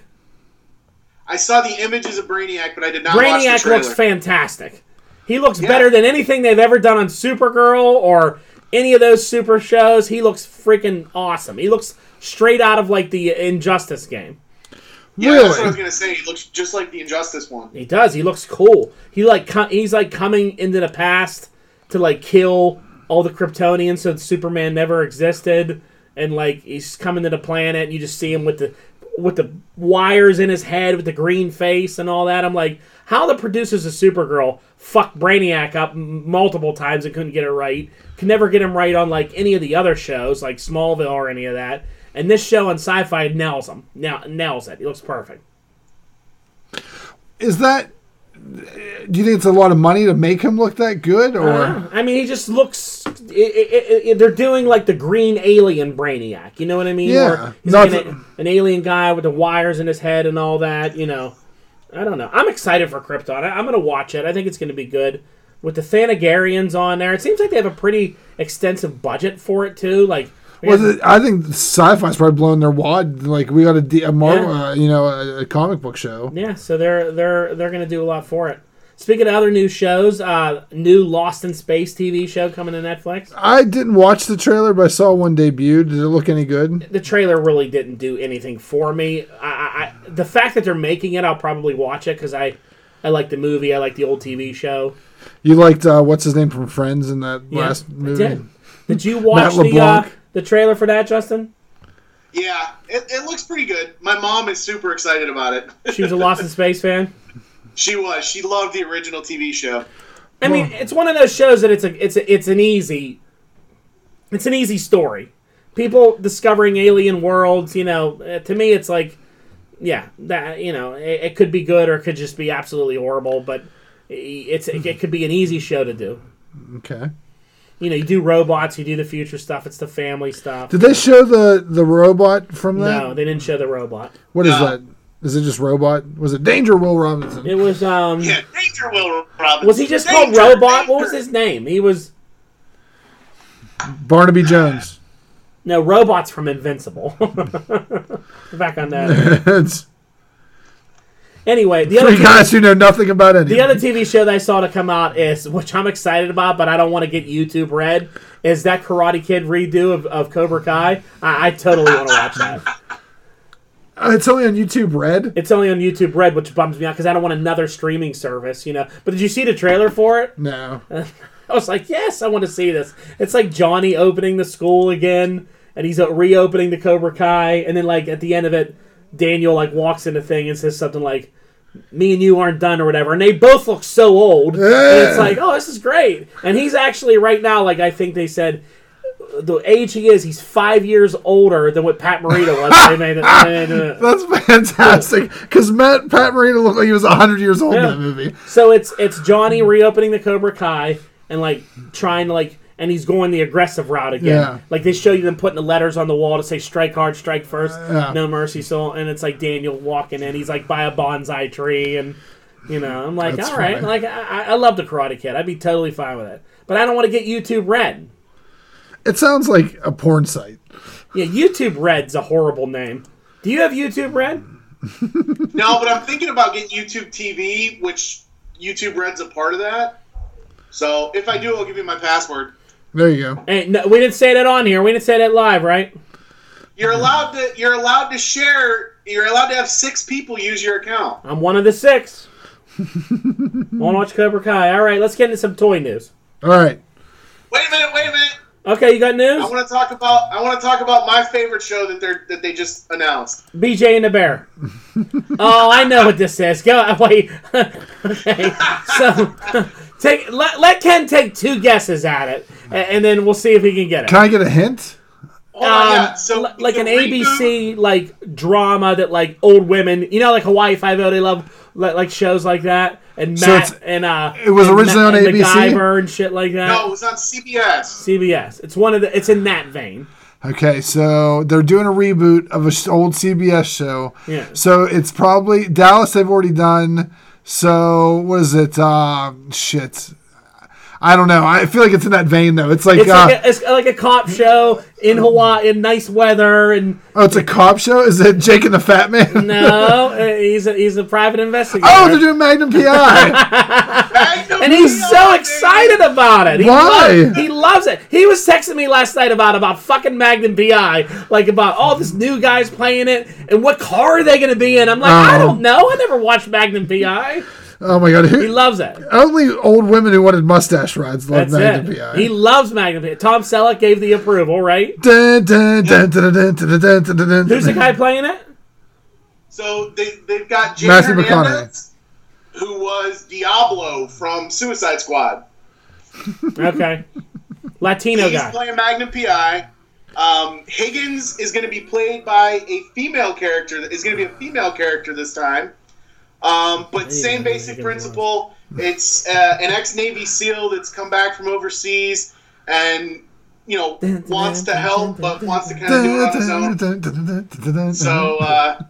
S3: I saw the images of Brainiac, but I did not watch
S2: Brainiac
S3: the trailer.
S2: looks fantastic. He looks
S3: Yeah.
S2: better than anything they've ever done on Supergirl or any of those super shows. He looks freaking awesome. He looks straight out of like the Injustice game.
S3: yeah, that's what I was
S1: Really?
S3: gonna say. He looks just like the Injustice one.
S2: He does. He looks cool. He like co- he's like coming into the past to like kill all the Kryptonians so that Superman never existed, and like he's coming to the planet, and you just see him with the with the wires in his head, with the green face and all that. I'm like, how the producers of Supergirl fucked Brainiac up m- multiple times and couldn't get it right. Could never get him right on like any of the other shows, like Smallville or any of that. And this show on Sci-Fi nails him. Now nails it. He looks perfect.
S1: Is that? Do you think it's a lot of money to make him look that good, or
S2: Uh, I mean, he just looks. i i i they're doing like the green alien Brainiac. You know what I mean?
S1: Yeah.
S2: Where he's
S1: No,
S2: like
S1: it's-
S2: an, an alien guy with the wires in his head and all that. You know, I don't know. I'm excited for Krypton. I, I'm gonna watch it. I think it's gonna be good. With the Thanagarians on there, it seems like they have a pretty extensive budget for it too. Like,
S1: was it? I think sci-fi's probably blowing their wad. Like we got a, D- a Marvel,
S2: Yeah.
S1: uh, you know, a, a comic book show.
S2: Yeah, so they're they're they're gonna do a lot for it. Speaking of other new shows, uh, new Lost in Space TV show coming to Netflix.
S1: I didn't watch the trailer, but I saw one debuted. Did it look any good?
S2: the trailer really didn't do anything for me. I, I, I the fact that they're making it, I'll probably watch it because I, I like the movie. I like the old TV show.
S1: You liked uh, what's his name from Friends in that
S2: Yeah,
S1: last
S2: I
S1: movie?
S2: did. Did you watch the uh,
S1: LeBlanc.
S2: the trailer for that, Justin?
S3: Yeah, it, it looks pretty good. My mom is super excited about it.
S2: She was a Lost in Space fan.
S3: she was. She loved the original TV show.
S2: I mean, it's one of those shows that it's a it's a, it's an easy, it's an easy story. People discovering alien worlds. You know, uh, to me, it's like, yeah, that you know, it, it could be good or it could just be absolutely horrible. But i- it's it, it could be an easy show to do.
S1: Okay.
S2: you know, you do robots, you do the future stuff. It's the family stuff.
S1: Did they show the the robot from that?
S2: no, they didn't show the robot.
S1: What is
S3: No.
S1: that? Is it just robot? Was it Danger Will Robinson?
S2: It was um,
S3: Yeah, Danger Will Robinson.
S2: was he just called
S3: Danger,
S2: Robot? What
S3: Danger.
S2: was his name? He was
S1: Barnaby Jones.
S2: no robots from Invincible. Back on that.
S1: it's
S2: Anyway, the other
S1: three guys who know nothing about anything.
S2: the other TV show that I saw to come out is, which I'm excited about, but I don't want to get YouTube red. Is that Karate Kid redo of, of Cobra Kai? I, I totally want to watch that.
S1: Uh, it's only on YouTube Red.
S2: It's only on YouTube Red, which bums me out because I don't want another streaming service, you know. But did you see the trailer for it?
S1: No.
S2: Uh. I was like, yes, I want to see this. It's like Johnny opening the school again, and he's uh, reopening the Cobra Kai, and then like at the end of it, Daniel like walks in the thing and says something like, "Me and you aren't done" or whatever, and they both look so old. And it's like, oh, this is great. And he's actually right now, like I think they said, the age he is, he's five years older than what Pat Morita was. when they made it- when they made it.
S1: That's fantastic. Because Matt Pat Morita looked like he was hundred years old in
S2: Yeah.
S1: that movie.
S2: So it's it's Johnny reopening the Cobra Kai and like trying to like and he's going the aggressive route again.
S1: Yeah.
S2: Like they show you them putting the letters on the wall to say strike hard, strike first,
S1: yeah.
S2: no mercy soul and it's like Daniel walking in, he's like by a bonsai tree and you know, I'm like,
S1: That's
S2: all right,
S1: funny.
S2: like I, I- I love the Karate Kid. I'd be totally fine with it, but I don't want to get YouTube Red.
S1: It sounds like a porn site.
S2: Yeah, YouTube Red's a horrible name. Do you have YouTube Red?
S3: No, but I'm thinking about getting YouTube TV, which YouTube Red's a part of that. So if I do, I'll give you my password.
S1: There you go.
S2: Hey, Eh, no, we didn't say that on here. We didn't say that live, right?
S3: You're allowed to. You're allowed to share. You're allowed to have six people use your account.
S2: I'm one of the six. Want to watch Cobra Kai? All right, let's get into some toy news.
S1: All right.
S3: Wait a minute. Wait a minute.
S2: Okay, you got news?
S3: I want to talk about. I want to talk about my favorite show that they're that they just announced.
S2: BJ and the Bear. oh, I know what this is. Go wait. okay, so take let, let Ken take two guesses at it, a- and, then we'll see if he can get it.
S1: Can I get a hint?
S3: Oh my
S2: Um,
S3: god! So
S2: li- like
S3: the
S2: an
S3: reboot-
S2: ABC like drama that like old women, you know, like Hawaii Five O. They love li- like shows like that, and
S1: So
S2: Matt
S1: it's-
S2: and uh,
S1: it was
S2: and Ma-
S1: originally on
S2: and
S1: ABC?
S2: MacGyver and shit like that.
S3: No, it was on CBS.
S2: CBS. It's one of the. It's in that vein.
S1: Okay, so they're doing a reboot of an old CBS show.
S2: Yeah.
S1: So it's probably Dallas. They've already done. So what is it? Uh, shit. I don't know. I feel like it's in that vein though. It's like,
S2: It's,
S1: uh,
S2: like a, it's like a cop show in Hawaii in nice weather and
S1: oh, it's a cop show. Is it Jake and the Fat Man?
S2: no, uh, he's a, he's a private investigator.
S1: oh, they're doing Magnum PI.
S3: Magnum
S2: and he's so
S3: PI,
S2: excited about it. He
S1: Why?
S2: lo- he loves it. He was texting me last night about about fucking Magnum PI, like about all this new guys playing it and what car are they going to be in. I'm like, I
S1: Oh.
S2: don't know. I never watched Magnum PI.
S1: oh my god.
S2: He
S1: Who,
S2: loves it.
S1: only old women who wanted mustache rides loved
S2: That's
S1: Magnum
S2: it.
S1: PI.
S2: He loves Magnum PI. Tom Selleck gave the approval, right?
S1: Dun, dun, dun, dun, dun, dun, dun, dun, dun,
S2: Who's the
S1: dun.
S2: guy playing it?
S3: So they, they've got Jay
S1: Matthew
S3: Hernandez, who was Diablo from Suicide Squad.
S2: Okay. Latino
S3: He's
S2: guy.
S3: playing Magnum PI. Um, Higgins is going to be played by a female character. Is going to be a female character this time. Um, but same basic principle. It's uh, an ex Navy SEAL that's come back from overseas and you know wants to help, but wants to kind of do it on his own. So uh,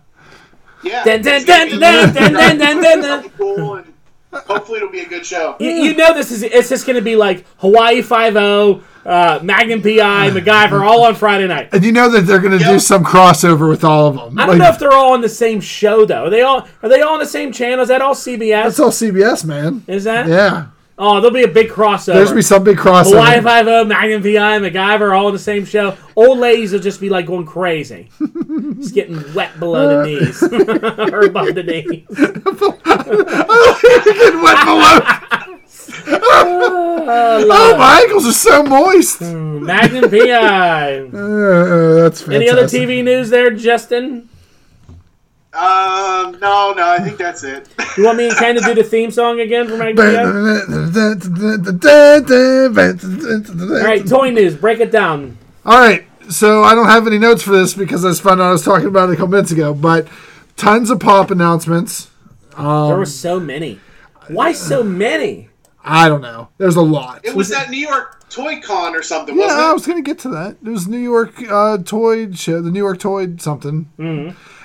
S3: yeah,
S2: Dun, dun,
S3: it's gonna be
S2: dun, dun, dun,
S3: really
S2: dun, dun, dun.
S3: cool, and hopefully it'll be a good show.
S2: You, you know this is it's just gonna be like Hawaii Five O, uh, Magnum PI, MacGyver, all on Friday night.
S1: And you know that they're going to do
S3: Yep.
S1: some crossover with all of them.
S2: I don't know if they're all on the same show though. Are they all are they all on the same channel? Is that all
S1: that's
S2: CBS?
S1: all CBS, man.
S2: Is that?
S1: Yeah,
S2: Oh, there'll be a big
S1: there's gonna be
S2: crossover.
S1: some big crossover.
S2: Hawaii Five O, Magnum PI, MacGyver, all on the same show. Old ladies will just be like going crazy, just getting wet below the knees or above the knees.
S1: Getting wet below.
S2: Oh,
S1: Oh,
S2: Lord.
S1: my ankles are so moist.
S2: Hmm. Magnum PI.
S1: Uh, that's fantastic.
S2: Any other TV news there, Justin?
S3: Um, no, no, I think that's it.
S2: You want me and Ken to do the theme song again for Magnum PI? All right, toy news. Break it down.
S1: All right. So I don't have any notes for this because I just found out I was talking about it a couple minutes ago. But tons of pop announcements.
S2: there were so many. Why so many?
S1: I don't know. There's a lot.
S3: It was that New York Toy Con or something,
S1: Yeah, I
S3: wasn't it?
S1: was gonna get to that. It was New York uh, toy show, the New York toy something,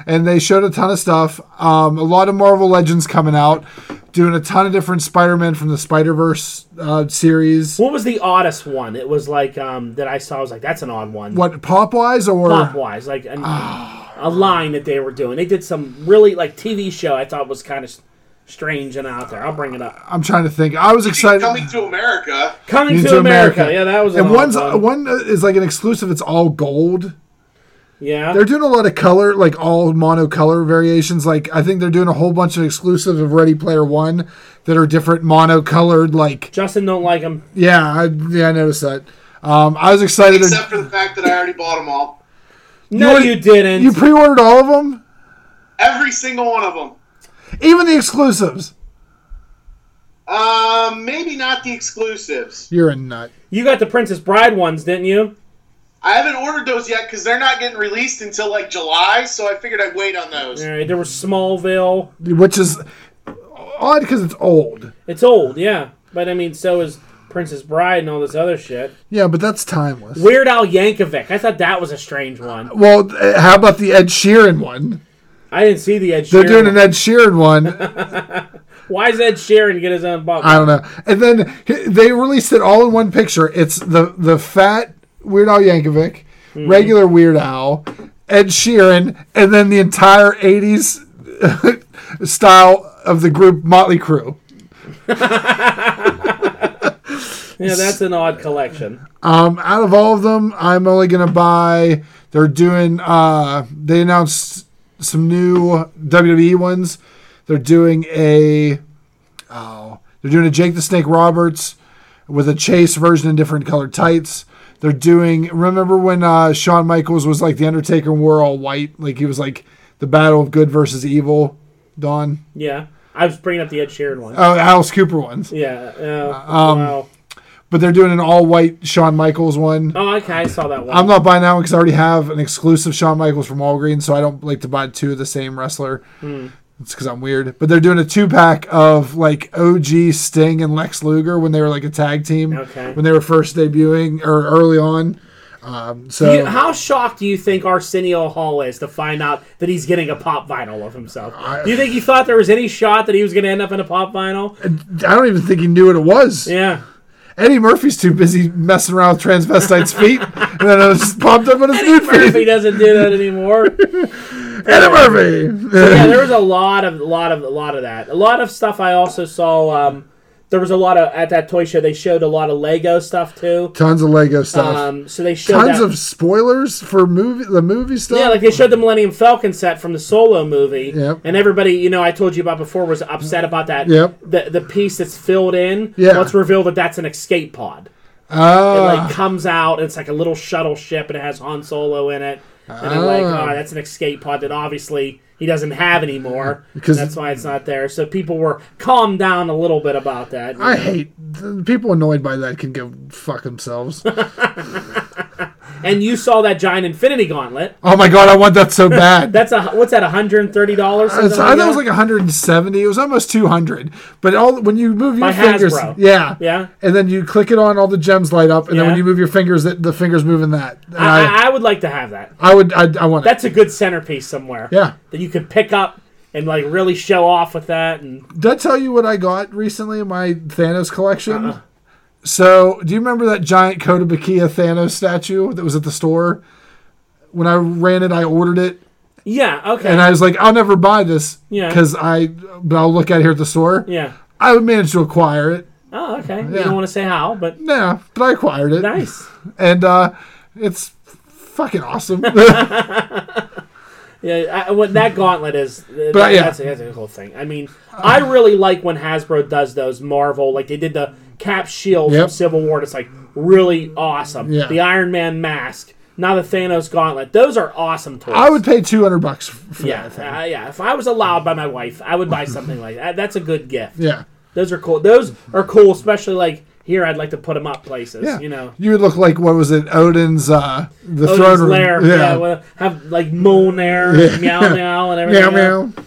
S1: and they showed a ton of stuff. Um, a lot of Marvel Legends coming out, doing a ton of different Spider-Man from the Spider Verse uh, series.
S2: What was the oddest one? It was like um, that I saw. I was like, that's an odd one.
S1: What pop wise or
S2: Plot wise, like an, a line that they were doing. They did some really like TV show. I thought was kind of s- strange and out there. I'll bring it up.
S1: I'm trying to think. I was excited.
S3: Coming to America.
S2: Coming
S1: Into
S2: to America. Yeah, that was. an
S1: and
S2: odd
S1: one's uh,
S2: one.
S1: one is like an exclusive. It's all gold.
S2: yeah.
S1: They're doing a lot of color, like all monocolor variations. Like I think they're doing a whole bunch of exclusives of Ready Player One that are different monocolored, like
S2: Justin don't like them.
S1: Yeah, I, yeah, I noticed that. Um, I was excited. to-
S3: Except for the fact that I already bought them all.
S2: No,
S1: already-
S2: you, didn't.
S1: you pre-ordered all of them,
S3: Every single one of them.
S1: even the exclusives.
S3: Um, maybe not the exclusives.
S1: You're a nut.
S2: you got the Princess Bride ones, didn't you?
S3: I haven't ordered those yet because they're not getting released until like July, so I figured I'd wait on those.
S2: All right, there was Smallville.
S1: which is odd because it's old.
S2: It's old, yeah, but I mean, so is Princess Bride and all this other shit.
S1: Yeah, but that's timeless.
S2: Weird Al Yankovic. I thought that was a strange one.
S1: Well, uh, how about the Ed Sheeran one?
S2: I didn't see the Ed.
S1: They're
S2: Sheeran.
S1: doing an Ed Sheeran one.
S2: Why does Ed Sheeran get his own bubble?
S1: I don't know. And then h- they released it all in one picture. It's the the fat Weird Al Yankovic, regular Weird Al, Ed Sheeran, and then the entire '80s style of the group Motley Crue.
S2: yeah, that's an odd collection.
S1: Um, out of all of them, I'm only gonna buy. They're doing. Uh, they announced some new WWE ones. They're doing a. Oh, they're doing a Jake the Snake Roberts with a chase version in different colored tights. They're doing. Remember when uh, Shawn Michaels was like the Undertaker and wore all white? Like he was like the battle of good versus evil. Dawn.
S2: Yeah, I was bringing up the Ed Sheeran one.
S1: Oh, Alice Cooper ones.
S2: yeah. Uh,
S1: Um,
S2: wow.
S1: But they're doing an all white Shawn Michaels one.
S2: Oh, okay, I saw that one.
S1: I'm not buying that one because I already have an exclusive Shawn Michaels from Walgreens, so I don't like to buy two of the same wrestler.
S2: Hmm.
S1: It's because I'm weird. But they're doing a two pack of like OG Sting and Lex Luger when they were like a tag team
S2: Okay.
S1: when they were first debuting or early on. Um, so
S2: You- how shocked do you think Arsenio Hall is to find out that he's getting a pop vinyl of himself? do you think he thought there was any shot that he was going to end up in a pop vinyl?
S1: I don't even think he knew what it was.
S2: Yeah.
S1: Eddie Murphy's too busy messing around with transvestite's feet, and then it just popped up on his food
S2: Murphy
S1: feed.
S2: doesn't do that anymore.
S1: Eddie Murphy.
S2: yeah, there was a lot of, lot of, lot of that. A lot of stuff I also saw. Um, there was a lot of at that toy show. They showed a lot of Lego stuff too.
S1: Tons of Lego stuff.
S2: Um, so they showed
S1: Tons
S2: that-
S1: of spoilers for movie the movie stuff.
S2: Yeah, like they showed the Millennium Falcon set from the Solo movie,
S1: Yep.
S2: and everybody you know I told you about before was upset about that.
S1: Yep.
S2: The the piece that's filled in.
S1: Yeah.
S2: Let's reveal that that's an escape pod. It
S1: Oh,
S2: like comes out. And it's like a little shuttle ship, and it has Han Solo in it. And I'm like,
S1: Ah.
S2: oh, that's an escape pod that obviously he doesn't have anymore.
S1: Because-
S2: that's why it's not there. So people were calmed down a little bit about that.
S1: I hate the people annoyed by that can go fuck themselves.
S2: and you saw that giant Infinity Gauntlet.
S1: oh my god, I want that so bad.
S2: That's a what's that? One hundred and thirty dollars.
S1: Uh, I thought it was like 170. It was almost 200. But all when you move your
S2: By
S1: fingers,
S2: Hasbro.
S1: yeah,
S2: yeah.
S1: and then you click it on, all the gems light up, and then when
S2: Yeah.
S1: you move your fingers, that the fingers move in that. And I, I,
S2: I, I- I would like to have that.
S1: would, I, I want it.
S2: That's a good centerpiece somewhere.
S1: Yeah,
S2: That you could pick up and like really show off with that. And
S1: did I tell you what I got recently in my Thanos collection? So, do you remember that giant Kotobukiya Thanos statue that was at the store? When I ran it, I ordered it.
S2: yeah, okay.
S1: and I was like, I'll never buy this
S2: Yeah.
S1: because I, but I'll look at it here at the store.
S2: yeah.
S1: I would manage to acquire it.
S2: Oh, okay. You
S1: Yeah.
S2: don't want to say how, but
S1: Yeah, but I acquired it.
S2: nice.
S1: And uh, it's fucking awesome.
S2: Yeah, I, what that gauntlet is. But,
S1: But, uh, yeah.
S2: that's, that's a whole thing. I mean, I really like when Hasbro does those Marvel, like they did the Cap shield
S1: Yep.
S2: from Civil War. It's like really awesome.
S1: Yeah.
S2: The Iron Man mask, now the Thanos gauntlet. Those are awesome toys.
S1: I would pay two hundred bucks f- for
S2: Yeah,
S1: that thing.
S2: uh, yeah. If I was allowed by my wife, I would buy something like that. That's a good gift.
S1: yeah,
S2: Those are cool. Those are cool, especially like here. I'd like to put them up places.
S1: yeah.
S2: You know,
S1: you would look like what was it? Odin's uh, the throne
S2: Odin's
S1: room.
S2: lair. Yeah, well, have like moan there,
S1: Yeah.
S2: meow meow, and everything.
S1: meow
S2: else.
S1: meow.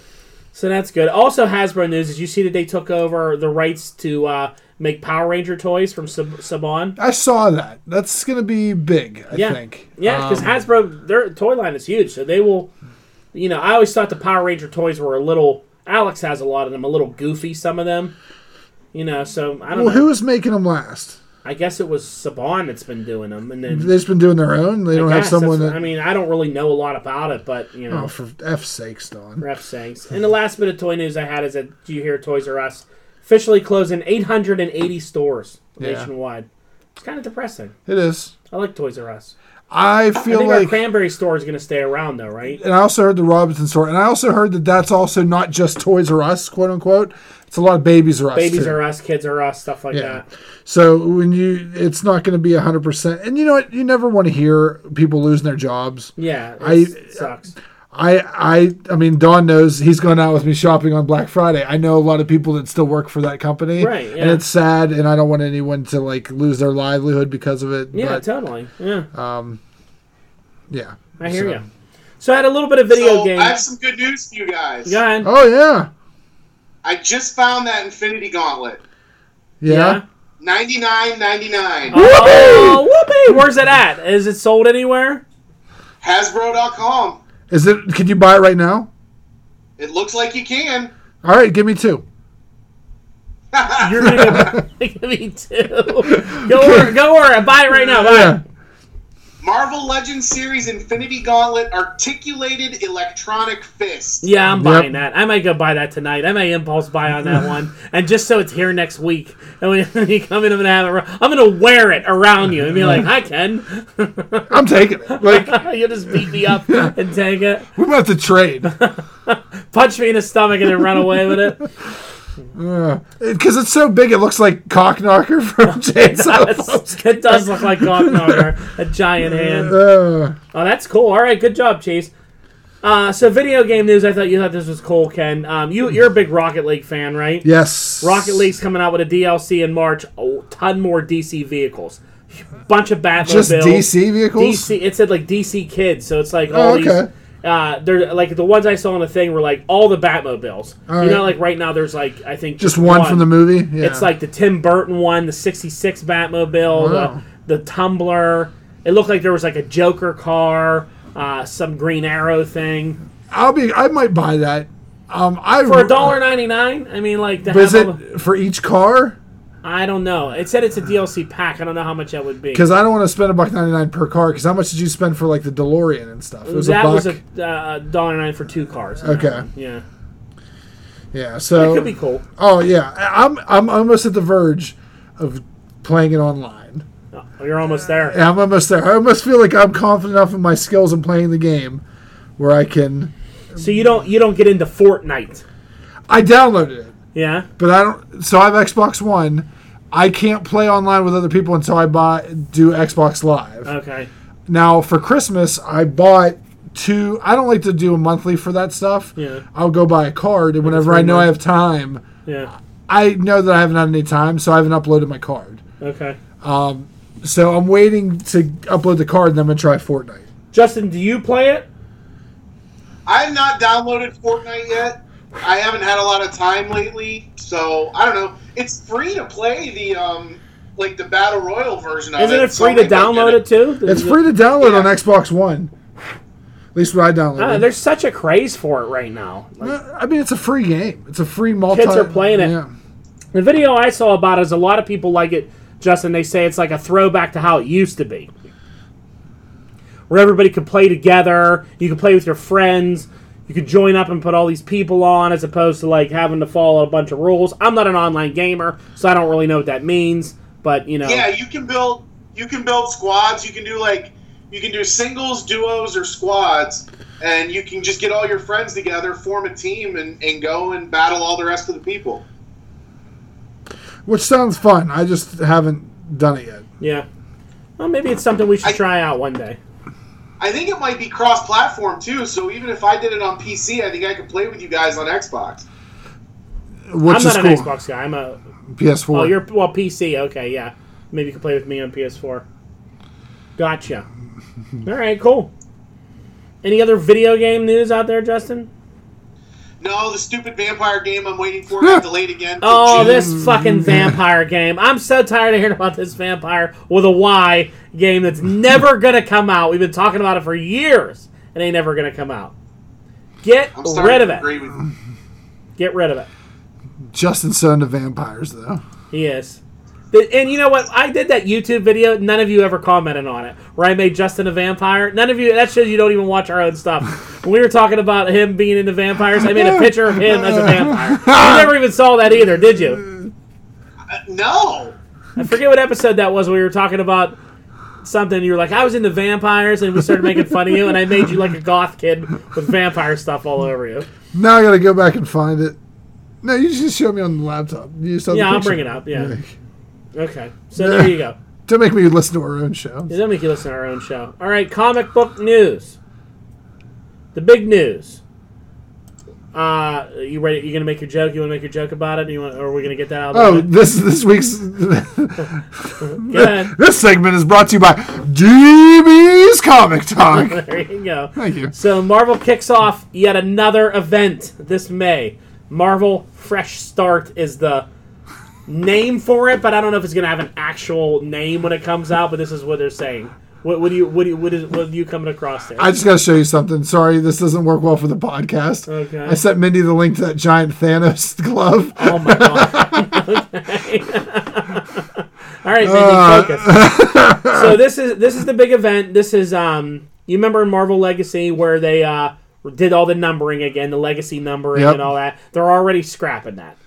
S2: So that's good. Also, Hasbro news: Did you see that they took over the rights to uh, make Power Ranger toys from Sab- Saban?
S1: I saw that. That's gonna be big. I
S2: Yeah,
S1: think.
S2: yeah, because
S1: Um,
S2: Hasbro their toy line is huge, so they will. You know, I always thought the Power Ranger toys were a little. Alex has a lot of them, a little goofy. Some of them, you know. So I
S1: well,
S2: don't know.
S1: who was making them last?
S2: I guess it was Saban that's been doing them, and then
S1: They've just been doing their own. They don't
S2: I
S1: have
S2: guess that's-
S1: someone that.
S2: I mean, I don't really know a lot about it, but you know,
S1: oh, for f sakes, Don.
S2: ref sanks. And the last bit of toy news I had is that do you hear Toys R Us officially closing 880 stores
S1: Yeah.
S2: nationwide? It's kind of depressing.
S1: It is.
S2: I like Toys R Us.
S1: I
S2: I
S1: feel
S2: think our
S1: like
S2: cranberry store is going to stay around though, right?
S1: and I also heard the Robinson store, and I also heard that that's also not just Toys R Us, quote unquote. It's a lot of Babies R Us.
S2: Babies
S1: too.
S2: R Us, Kids R Us, stuff like
S1: Yeah.
S2: that.
S1: So when you, it's not going to be hundred percent. And you know what? You never want to hear people losing their jobs.
S2: Yeah,
S1: I- uh,
S2: it's- it sucks.
S1: I, I, I mean, Don knows he's going out with me shopping on Black Friday. I know a lot of people that still work for that company,
S2: Right,
S1: And
S2: yeah.
S1: it's sad, and I don't want anyone to like lose their livelihood because of it.
S2: Yeah,
S1: but
S2: totally. Yeah. Um,
S1: Yeah.
S2: I hear
S1: So-
S2: you. So I had a little bit of video
S3: so
S2: game.
S3: I have some good news for you guys.
S2: Go ahead.
S1: Oh yeah.
S3: I just found that Infinity Gauntlet.
S1: Yeah.
S3: 99.99.
S2: Oh, whoopee! Where's it at? Is it sold anywhere?
S3: Hasbro.com.
S1: Is it? Can you buy it right now?
S3: It looks like you can.
S1: All right, give me two.
S2: You're gonna give me two. Go order, go order, buy it right now. Buy it.
S1: Yeah.
S3: Marvel Legends series Infinity Gauntlet articulated electronic fist.
S2: Yeah, I'm buying that. I might go buy that tonight. I may impulse buy on that one, and just so it's here next week. And when you come in, I'm gonna have it. ar- I'm gonna wear it around you and be like, "Hi, Ken."
S1: I'm taking it. Like
S2: You'll just beat me up and take it,
S1: we might have to trade
S2: punch me in the stomach, and then run away with it.
S1: because Uh, it's so big. It looks like cock knocker from Chainsaw.
S2: That's- it does look like God knocker, a giant hand.
S1: Uh,
S2: Oh, that's cool. All right, good job, Chase. Uh, so, video game news. I thought you thought this was cool, Ken. Um, you you're a big Rocket League fan, right?
S1: yes.
S2: Rocket League's coming out with a DLC in March. A ton more DC vehicles. Bunch of Batmobiles.
S1: Just DC vehicles.
S2: DC. It said like DC Kids, so it's like
S1: Oh,
S2: all
S1: okay.
S2: these. Uh, they're like the ones I saw on the thing were like all the Batmobiles.
S1: All
S2: you
S1: right.
S2: know, like right now there's like I think
S1: Just one, from the movie. Yeah.
S2: It's like the Tim Burton one, the '66 Batmobile,
S1: Wow.
S2: the, the Tumbler. It looked like there was like a Joker car, uh, some Green Arrow thing
S1: I'll be. I might buy that. Um, I
S2: for a dollar ninety nine. I mean, like to
S1: Is
S2: have all the-
S1: it for each car?
S2: I don't know. It said it's
S1: Uh-huh.
S2: a DLC pack. I don't know how much that would be.
S1: Because I don't want to spend a buck ninety nine per car. Because how much did you spend for like the DeLorean and stuff? It was
S2: that
S1: a buck.
S2: was a uh, dollar nine for two cars.
S1: Okay.
S2: Yeah,
S1: yeah. So
S2: it could be cool.
S1: Oh yeah, I- I'm I'm almost at the verge of playing it online.
S2: Oh, you're almost there.
S1: Yeah, I'm almost there. I almost feel like I'm confident enough in my skills in playing the game where I can.
S2: So you don't you don't get into Fortnite.
S1: I downloaded it,
S2: Yeah.
S1: but I don't. So I have Xbox One. I can't play online with other people until I buy do Xbox Live.
S2: Okay.
S1: Now for Christmas, I bought two. I don't like to do a monthly for that stuff.
S2: Yeah.
S1: I'll go buy a card, and whenever I know I have time,
S2: Yeah.
S1: I know that I haven't had any time, so I haven't uploaded my card. Um,
S2: Okay.
S1: So I'm waiting to upload the card, and then I'm gonna try Fortnite.
S2: Justin, do you play it?
S3: I have not downloaded Fortnite yet. I haven't had a lot of time lately, so I don't know. It's free to play the um like the battle royal version of
S2: Isn't
S3: it.
S2: it
S3: so
S2: free
S3: I
S2: to
S3: might go get
S2: download it too?
S1: It's free to download
S3: Yeah.
S1: on Xbox One. At least what I
S2: Ah,
S1: downloaded. Uh,
S2: there's such a craze for it right now. Like,
S1: I mean, it's a free game. It's a free multi.
S2: are playing it.
S1: Yeah.
S2: the video I saw about it is a lot of people like it, Justin. They say it's like a throwback to how it used to be, where everybody could play together. You could play with your friends. You could join up and put all these people on, as opposed to like having to follow a bunch of rules. I'm not an online gamer, so I don't really know what that means. But you know,
S3: Yeah, you can build you can build squads. You can do like you can do singles, duos, or squads, and you can just get all your friends together, form a team, and, and go and battle all the rest of the people.
S1: Which sounds fun. I just haven't done it yet.
S2: yeah. Well, maybe it's something we should
S3: I-
S2: try out one day.
S3: I think it might be cross-platform too. So even if I did it on PC, I think I could play with you guys on Xbox.
S1: Which
S2: I'm
S1: is
S2: not
S1: cool.
S2: an Xbox guy. I'm a
S1: PS4.
S2: Oh, you're well PC. Okay, yeah. Maybe you can play with me on PS4. Gotcha. All right, cool. Any other video game news out there, Justin?
S3: No, the stupid vampire game I'm waiting for got delayed again. to
S2: Oh,
S3: June.
S2: this fucking vampire game. I'm so tired of hearing about this vampire with a Y game that's never gonna come out. We've been talking about it for years, and ain't never gonna come out. Get
S3: I'm starting
S2: rid of
S3: to
S2: it.
S3: agree with you.
S2: Get rid of it.
S1: Justin's so into vampires, though.
S2: He is. Th- And you know what? I did that YouTube video. None of you ever commented on it. Where I made Justin a vampire. None of you. That shows you don't even watch our own stuff. When we were talking about him being into vampires, I made a picture of him as a vampire. You never even saw that either, did you?
S3: Uh, no,
S2: I forget what episode that was. Where we were talking about something. You were like, I was into vampires, and we started making fun of you, and I made you like a goth kid with vampire stuff all over you.
S1: Now I gotta go back and find it. No, you just show me on the laptop. You just have the
S2: Yeah, I'll
S1: picture.
S2: bring it up. Yeah. Okay. So there you go.
S1: Don't make me listen to our own show.
S2: Does that make you listen to our own show? All right, comic book news. The big news. Uh, you ready? You gonna make your joke? You want to make your joke about it? You want, or are we gonna get that out?
S1: Oh,
S2: Of the
S1: this this week's
S2: way? Go ahead.
S1: this segment is brought to you by DB is comic talk.
S2: there you go.
S1: Thank you.
S2: So Marvel kicks off yet another event this May. Marvel Fresh Start is the name for it, but I don't know if it's going to have an actual name when it comes out. But this is what they're saying. What, what do you what do you, what is what are you coming across there?
S1: I just gotta show you something. Sorry, this doesn't work well for the podcast.
S2: Okay.
S1: I sent Mindy the link to that giant Thanos glove.
S2: oh my god. Okay. All right, Mindy,
S1: Uh.
S2: focus. so this is this is the big event. This is um you remember in Marvel Legacy where they uh did all the numbering again, the legacy numbering
S1: Yep.
S2: and all that. They're already scrapping that.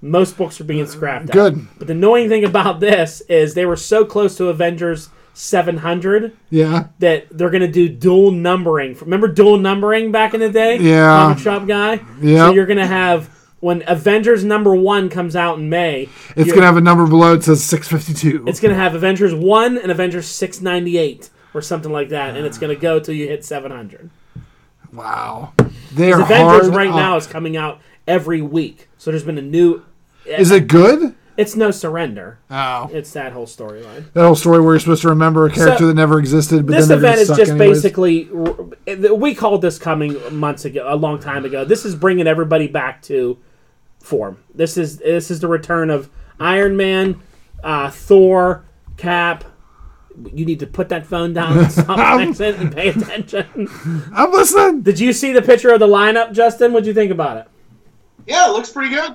S2: Most books are being scrapped. out.
S1: Uh, Good.
S2: But the annoying thing about this is they were so close to Avengers 700
S1: Yeah.
S2: that they're gonna do dual numbering. Remember dual numbering back in the day?
S1: Yeah.
S2: Comic shop guy.
S1: Yeah.
S2: So you're gonna have when Avengers number one comes out in May.
S1: It's
S2: you're-
S1: gonna have a number below it says six fifty two.
S2: It's gonna have Avengers one and Avengers six ninety eight or something like that, and it's gonna go till you hit seven hundred.
S1: Wow. They are
S2: Avengers
S1: hard
S2: right
S1: up.
S2: now is coming out every week, so there's been a new.
S1: Is it good?
S2: It's no surrender.
S1: Oh.
S2: It's that whole storyline.
S1: That whole story where you're supposed to remember a character
S2: So,
S1: that never existed, but
S2: this
S1: then they're
S2: event is
S1: gonna suck
S2: just
S1: anyways.
S2: basically we called this coming months ago a long time ago this is bringing everybody back to form this is this is the return of iron man uh, thor cap you need to put that phone down and stop accent and pay attention
S1: I'm listening.
S2: did you see the picture of the lineup justin what'd you think about it
S3: Yeah, it looks pretty good.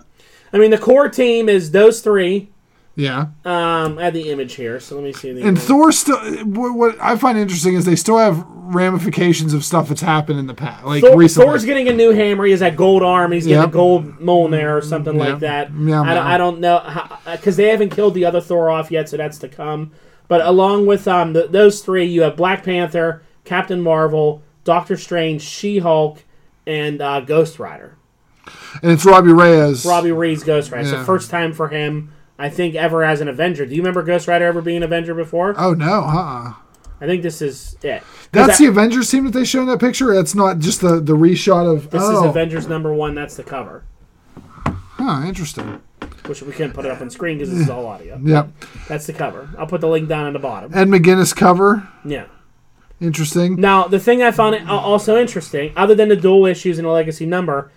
S2: i mean the core team is those three
S1: Yeah.
S2: um, i have the image here so let me see the
S1: And
S2: image.
S1: Thor still. What, what I find interesting is they still have ramifications of stuff that's happened in the past, like
S2: Thor,
S1: recently.
S2: Thor's getting a new hammer. He has that gold arm. He's getting
S1: Yep.
S2: a gold Mjolnir or something
S1: Yeah.
S2: like that.
S1: Yeah,
S2: I, don't,
S1: yeah.
S2: I don't know because they haven't killed the other Thor off yet, so that's to come. But along with um th those three, you have Black Panther, Captain Marvel, Doctor Strange, She Hulk, and uh, Ghost Rider.
S1: and it's Robbie Reyes.
S2: Robbie Reed's Ghost Rider.
S1: Yeah.
S2: So first time for him, I think, ever as an Avenger. Do you remember Ghost Rider ever being an Avenger before?
S1: Oh no, uh-uh.
S2: I think this is it. 'Cause
S1: That's the
S2: that-
S1: Avengers team that they show in that picture. That's not just the the reshot of.
S2: this
S1: oh,
S2: is Avengers number one. That's the cover,
S1: huh, interesting.
S2: which we couldn't put it up on screen because this is all audio.
S1: Yep.
S2: That's the cover. I'll put the link down at the bottom.
S1: Ed McGuinness cover.
S2: Yeah.
S1: Interesting.
S2: Now, the thing I found al- also interesting, other than the dual issues and a legacy number,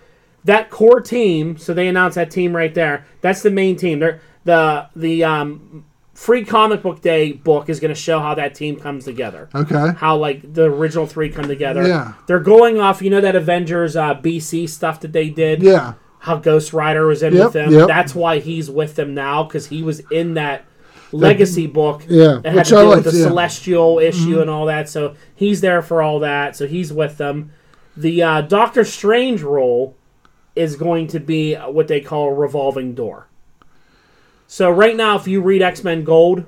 S2: that core team. So they announced that team right there. That's the main team. They're, the the um, free comic book day book is going to show how that team comes together.
S1: Okay.
S2: How like the original three come together.
S1: Yeah.
S2: They're going off. You know that Avengers uh, BC stuff that they did.
S1: Yeah.
S2: How Ghost Rider was in
S1: Yep,
S2: with them.
S1: yep.
S2: That's why he's with them now because he was in that legacy book.
S1: Yeah.
S2: It had
S1: Which
S2: to
S1: I
S2: deal
S1: liked.
S2: with the
S1: yeah.
S2: celestial issue and all that. So he's there for all that. So he's with them. The uh, Doctor Strange role is going to be what they call a revolving door. So right now, if you read X Men Gold,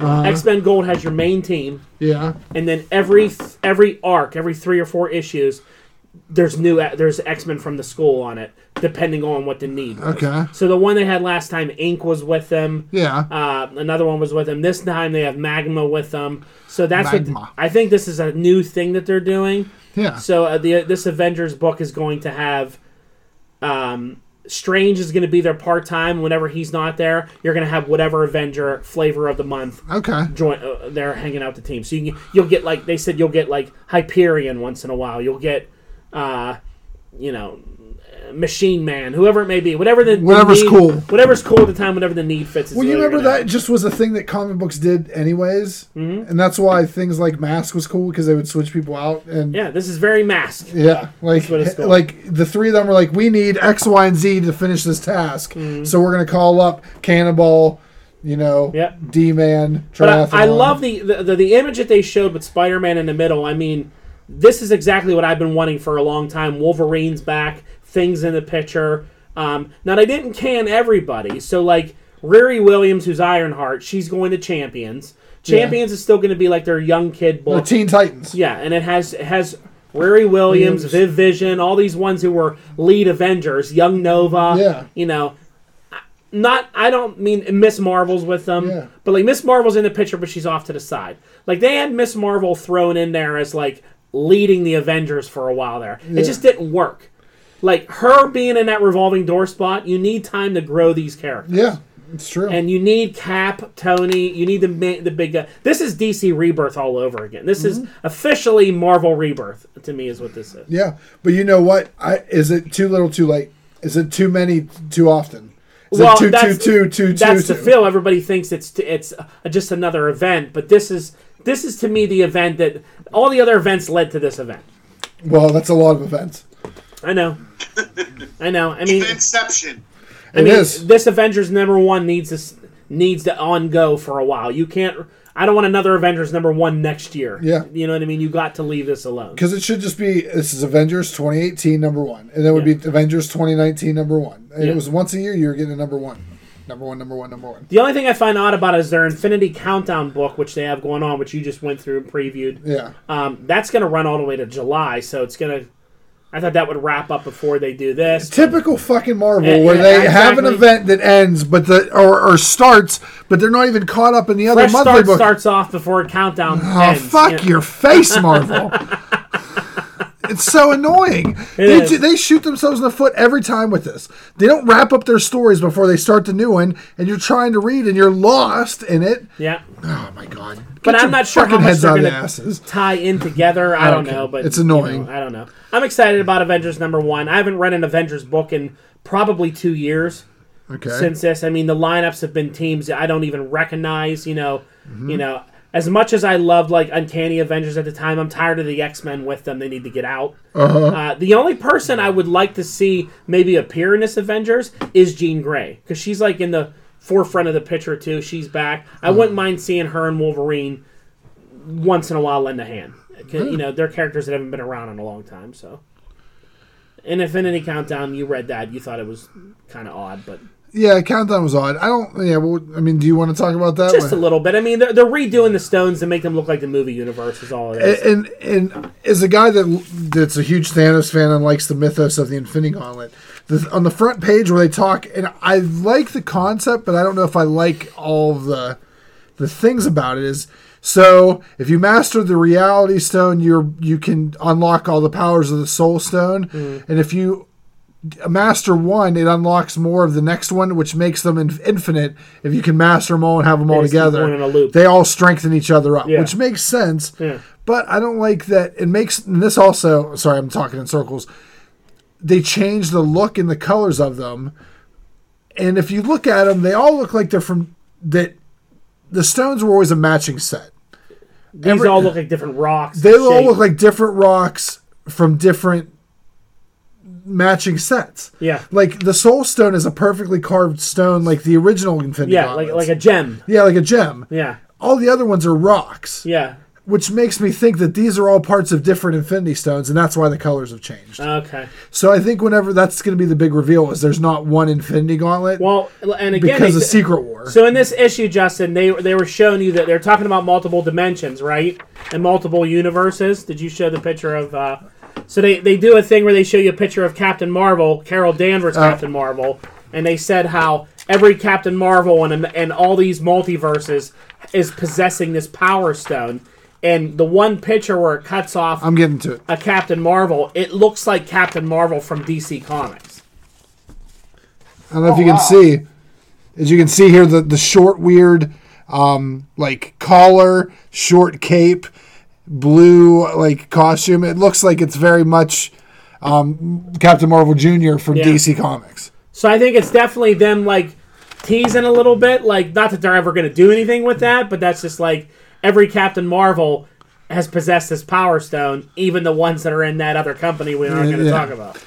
S1: Uh-huh.
S2: X Men Gold has your main team,
S1: yeah.
S2: and then every every arc, every three or four issues, there's new there's X Men from the school on it, depending on what the need. was.
S1: Okay.
S2: So the one they had last time, Ink was with them.
S1: Yeah.
S2: Uh, another one was with them. This time they have Magma with them. So that's
S1: Magma.
S2: what I think. This is a new thing that they're doing.
S1: yeah.
S2: So uh, the this Avengers book is going to have. Um, Strange is going to be there part time. Whenever he's not there, you're going to have whatever Avenger flavor of the month
S1: okay.
S2: join uh, they're hanging out the team. So you can, you'll get like they said you'll get like Hyperion once in a while. You'll get uh you know uh, Machine Man, whoever it may be, whatever the the
S1: Whatever's
S2: need-
S1: cool.
S2: whatever's cool at the time, whatever the need fits. is
S1: Well, you
S2: what you're
S1: remember
S2: gonna
S1: that just was a thing that comic books did anyways, mm-hmm. and that's why things like Mask was cool because they would switch people out and
S2: have. Yeah, this is very masked.
S1: Yeah, like eh,
S2: what it's called.
S1: like the three of them were like, we need X, Y, and Z to finish this task,
S2: Mm-hmm.
S1: so we're gonna call up Cannonball, you know,
S2: Yep.
S1: D Man,
S2: But
S1: Triathlon.
S2: I, I love the, the the- the image that they showed with Spider Man in the middle. I mean, this is exactly what I've been wanting for a long time. Wolverine's back, things in the picture. Um, now they didn't can everybody, so like Riri Williams, who's Ironheart, she's going to Champions. Champions is still going to be like their young kid
S1: the
S2: book.
S1: Teen Titans.
S2: Yeah, and it has it has Riri Williams, Viv Vision, all these ones who were lead Avengers, Young Nova.
S1: Yeah.
S2: you know, I- not I don't mean Miss Marvel's with them,
S1: Yeah.
S2: but like Miss Marvel's in the picture, but she's off to the side. Like they had Miss Marvel thrown in there as like leading the Avengers for a while there. It just didn't work. Like her being in that revolving door spot, you need time to grow these characters.
S1: Yeah, It's true.
S2: And you need Cap, Tony. You need the ma- the big guy. This is DC Rebirth all over again. This is officially Marvel Rebirth to me is what this is.
S1: Mm-hmm. yeah, but you know what? I is it too little, too late? Is it too many, too often? Is
S2: Well,
S1: it too, too,
S2: that's-
S1: too, too,
S2: That's
S1: too,
S2: the
S1: too?
S2: feel. Everybody thinks it's t- it's uh, just another event, but this is this is to me the event that all the other events led to this event.
S1: Well, that's a lot of events.
S2: I know. I know. I mean,
S3: Inception.
S2: I mean,
S1: it is.
S2: this Avengers number one needs this needs to on go for a while. You can't. I don't want another Avengers number one next year.
S1: Yeah.
S2: you know what I mean. You got to leave this alone.
S1: Because it should just be this is Avengers 2018 number one, and then it would be Avengers 2019 number one. And
S2: Yeah.
S1: it was once a year you were getting a number one, number one, number one, number one.
S2: The only thing I find odd about is their Infinity Countdown book, which they have going on, which you just went through and previewed.
S1: Yeah,
S2: Um, that's going to run all the way to July, so it's going to. I thought that would wrap up before they do this.
S1: typical fucking Marvel
S2: Yeah,
S1: where
S2: yeah,
S1: they have an
S2: exactly.
S1: event that ends, but the or, or starts, but they're not even caught up in the other
S2: Fresh
S1: monthly
S2: start
S1: book.
S2: starts off before countdown.
S1: Oh,
S2: ends,
S1: fuck
S2: you know.
S1: your face, Marvel. it's so annoying. they,
S2: is.
S1: ju- they shoot themselves in the foot every time with this. They don't wrap up their stories before they start the new one, and you're trying to read and you're lost in it.
S2: Yeah,
S1: Oh my god!
S2: but
S1: Get
S2: I'm
S1: your
S2: not sure how
S1: fucking
S2: much
S1: heads
S2: they're
S1: out of
S2: going
S1: the
S2: to
S1: asses.
S2: tie in together. I don't
S1: Okay.
S2: know, but
S1: It's
S2: you know,
S1: annoying.
S2: I don't know. I'm excited about Avengers number one. I haven't read an Avengers book in probably two years.
S1: Okay.
S2: since this. I mean, the lineups have been teams that I don't even recognize. You know, you know. As much as I loved like Uncanny Avengers at the time, I'm tired of the X Men with them. They need to get out. Uh, the only person I would like to see maybe appear in this Avengers is Jean Grey because she's like in the forefront of the picture too. She's back. I wouldn't mind seeing her and Wolverine once in a while lend a hand. 'Cause, You know, they're characters that haven't been around in a long time. So, in Infinity Countdown, you read that, you thought it was kind of odd, but
S1: yeah, countdown was odd. I don't. Yeah, well, I mean, do you want to talk about that?
S2: just a
S1: one?
S2: little bit. I mean, they're, they're redoing the stones to make them look like the movie universe is all it is.
S1: and and as a guy that that's a huge Thanos fan and likes the mythos of the Infinity Gauntlet, the, on the front page where they talk, and I like the concept, but I don't know if I like all the the things about it. Is so if you master the Reality Stone, you're you can unlock all the powers of the Soul Stone, and if you master one, it unlocks more of the next one, which makes them in- infinite. If you can master them all and have them all
S2: just keep
S1: together,
S2: going in a loop.
S1: they all strengthen each other up,
S2: Yeah.
S1: which makes sense.
S2: Yeah.
S1: But I don't like that. It makes and this also. Sorry, I'm talking in circles. They change the look and the colors of them, and if you look at them, they all look like they're from that. The stones were always a matching set.
S2: These
S1: every-
S2: all look like different rocks.
S1: They
S2: and
S1: all
S2: shapes.
S1: look like different rocks from different matching sets.
S2: yeah,
S1: Like the soul stone is a perfectly carved stone, like the original Infinity.
S2: yeah, like like
S1: Gauntlets.
S2: a gem.
S1: yeah, like a gem.
S2: Yeah,
S1: All the other ones are rocks,
S2: yeah.
S1: which makes me think that these are all parts of different Infinity Stones, and that's why the colors have changed.
S2: Okay.
S1: so I think whenever that's going to be the big reveal is there's not one Infinity Gauntlet
S2: Well, and again,
S1: because
S2: they-
S1: of Secret War.
S2: so in this issue, Justin, they they were showing you that they're talking about multiple dimensions, right? And multiple universes. Did you show the picture of? Uh, so they, they do a thing where they show you a picture of Captain Marvel, Carol Danvers, Captain Marvel, and they said how every Captain Marvel and and all these multiverses is possessing this power stone. And the one picture where it cuts off
S1: I'm getting to it.
S2: a Captain Marvel, it looks like Captain Marvel from DC Comics.
S1: I don't know
S2: Oh,
S1: if you can
S3: wow.
S1: see. As you can see here, the, the short, weird, um, like collar, short cape, blue, like costume. It looks like it's very much um, Captain Marvel Jr. from DC Comics.
S2: So I think it's definitely them like teasing a little bit. Like, not that they're ever going to do anything with that, but that's just like every Captain Marvel has possessed this power stone, even the ones that are in that other company we aren't going to
S1: Yeah.
S2: talk about.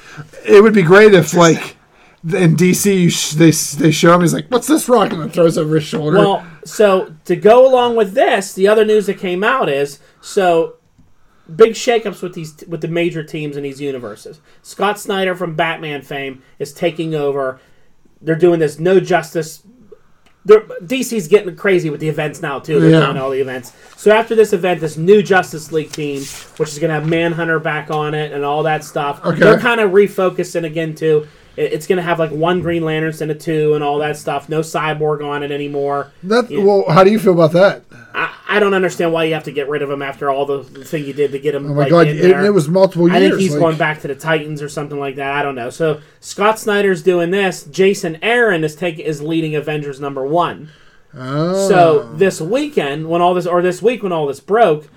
S1: It would be great if, like, in DC, you sh- they, s- they show him, he's like, what's this rock? And then throws it over his shoulder.
S2: Well, so to go along with this, the other news that came out is so big shakeups with these with the major teams in these universes. Scott Snyder from Batman fame is taking over. They're doing this no justice. They're, DC's getting crazy with the events now too. They're
S1: Yeah.
S2: doing all the events. So after this event, this new Justice League team, which is going to have Manhunter back on it and all that stuff,
S1: Okay.
S2: they're kind of refocusing again too. it- it's going to have like one Green Lantern instead of two and all that stuff. No cyborg on it anymore.
S1: That well, how do you feel about that? Oh
S2: I, I don't understand why you have to get rid of him after all the thing you did to get him.
S1: Oh my god,
S2: in
S1: it,
S2: there.
S1: it was multiple years.
S2: I think he's
S1: like-
S2: going back to the Titans or something like that. I don't know. So Scott Snyder's doing this. Jason Aaron is taking is leading Avengers number one.
S1: Oh.
S2: So this weekend, when all this or this week when all this broke,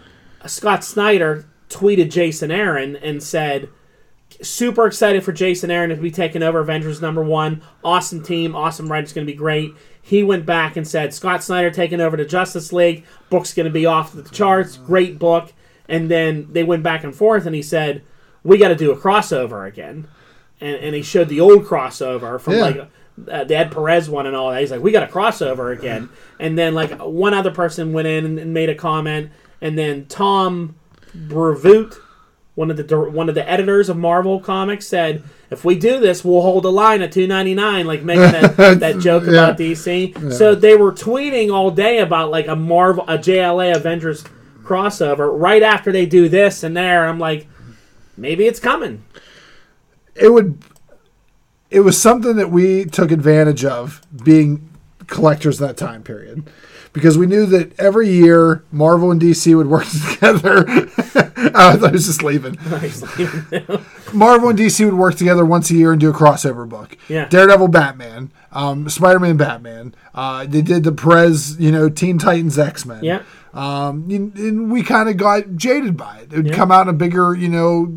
S2: Scott Snyder tweeted Jason Aaron and said, "Super excited for Jason Aaron to be taking over Avengers number one. Awesome team, awesome writer. It's going to be great." He went back and said, "Scott Snyder taking over the Justice League. Book's going to be off the charts. Great book." And then they went back and forth, and he said, "We got to do a crossover again." And, and he showed the old crossover from
S1: Yeah.
S2: like uh, the Ed Perez one and all that. He's like, we got a crossover again. And then like one other person went in and, and made a comment, and then Tom Brevoort, one of the dir- one of the editors of Marvel Comics, said, if we do this, we'll hold a line at two ninety nine, like making that, that joke about DC. So they were tweeting all day about like a Marvel a JLA Avengers crossover right after they do this and there. I'm like. Maybe it's coming.
S1: it would it was something that we took advantage of being collectors that time period because we knew that every year Marvel and DC would work together. I thought I was just leaving. Marvel and DC would work together once a year and do a crossover book.
S2: Yeah.
S1: Daredevil, Batman, um, Spider Man, Batman. Uh, they did the Perez, you know, Teen Titans, X Men.
S2: Yeah.
S1: Um, and, and we kind of got jaded by it. It would come out in a bigger, you know,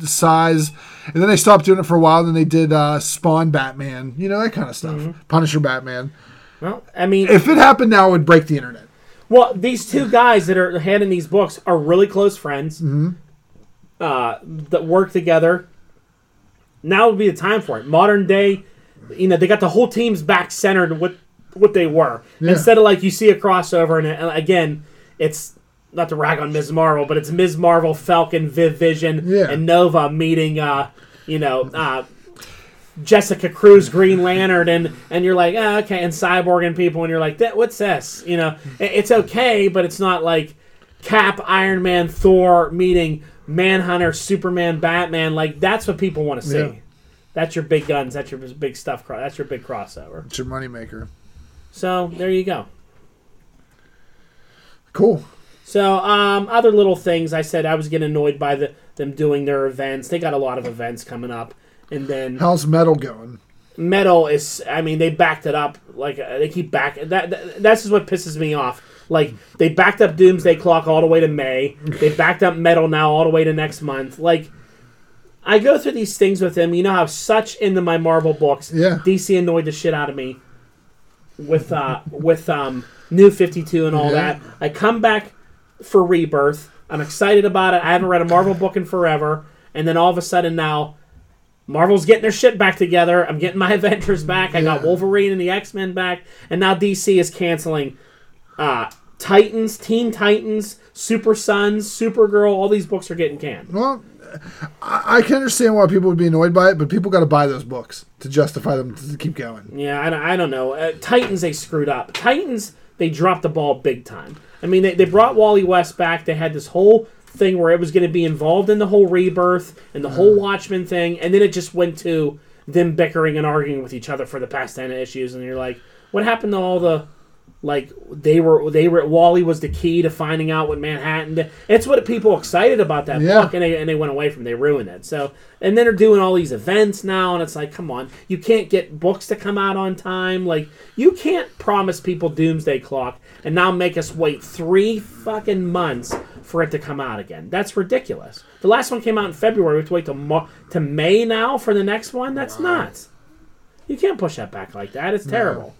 S1: size. And then they stopped doing it for a while. Then they did uh, Spawn Batman, you know, that kind of stuff.
S2: Mm-hmm.
S1: Punisher Batman.
S2: Well, I mean,
S1: If it happened now, it would break the internet.
S2: Well, these two guys that are handing these books are really close friends uh, that work together. Now would be the time for it. Modern day, you know, they got the whole teams back centered to what what they were instead of like you see a crossover and uh, again, it's not to rag on Ms. Marvel, but it's Ms. Marvel, Falcon, Viv Vision,
S1: Yeah.
S2: and Nova meeting. Uh, you know. Uh, Jessica Cruz, Green Lantern, and and you're like, ah, okay, and Cyborg and people, and you're like, that what's this? You know, i- it's okay, but it's not like Cap, Iron Man, Thor meeting Manhunter, Superman, Batman. Like that's what people want to see.
S1: Yeah.
S2: That's your big guns. That's your big stuff. cro- That's your big crossover.
S1: It's your moneymaker.
S2: So there you go.
S1: Cool.
S2: So um, other little things I said I was getting annoyed by the them doing their events. They got a lot of events coming up, and then
S1: How's metal going?
S2: metal is i mean they backed it up like uh, they keep back that, that that's just what pisses me off like they backed up doomsday clock all the way to may they backed up metal now all the way to next month like i go through these things with them you know how such into my marvel books
S1: Yeah.
S2: dc annoyed the shit out of me with uh with um new 52 and all
S1: Yeah.
S2: that i come back for rebirth i'm excited about it i haven't read a marvel book in forever and then all of a sudden now Marvel's getting their shit back together. I'm getting my Avengers back. I got Wolverine and the X Men back, and now DC is canceling uh, Titans, Teen Titans, Super Sons, Supergirl. All these books are getting canned.
S1: Well, I, I can understand why people would be annoyed by it, but people got to buy those books to justify them to keep going.
S2: Yeah, I don't, I don't know. Uh, Titans, they screwed up. Titans, they dropped the ball big time. I mean, they, they brought Wally West back. They had this whole thing where it was going to be involved in the whole rebirth and the whole Watchmen thing, and then it just went to them bickering and arguing with each other for the past ten issues. And you're like, what happened to all the like they were they were Wally was the key to finding out what Manhattan did. It's what people excited about that
S1: Yeah.
S2: book and they, and they went away from it. they ruined it. So and then they're doing all these events now and it's like come on, you can't get books to come out on time. Like you can't promise people doomsday clock and now make us wait 3 fucking months for it to come out again. That's ridiculous. The last one came out in February. We have to wait till Mar- to May now for the next one. That's nuts. You can't push that back like that. It's terrible.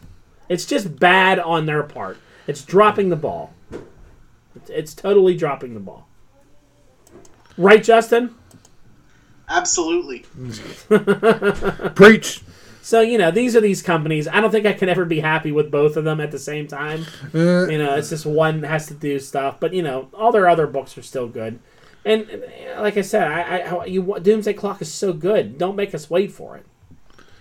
S2: It's just bad on their part. It's dropping the ball. It's, it's totally dropping the ball. Right, Justin?
S3: Absolutely.
S1: Preach.
S2: So, you know, these are these companies. I don't think I can ever be happy with both of them at the same time.
S1: Uh,
S2: You know, it's just one has to do stuff. But, you know, all their other books are still good. And, uh, like I said, I, I, you, Doomsday Clock is so good. Don't make us wait for it.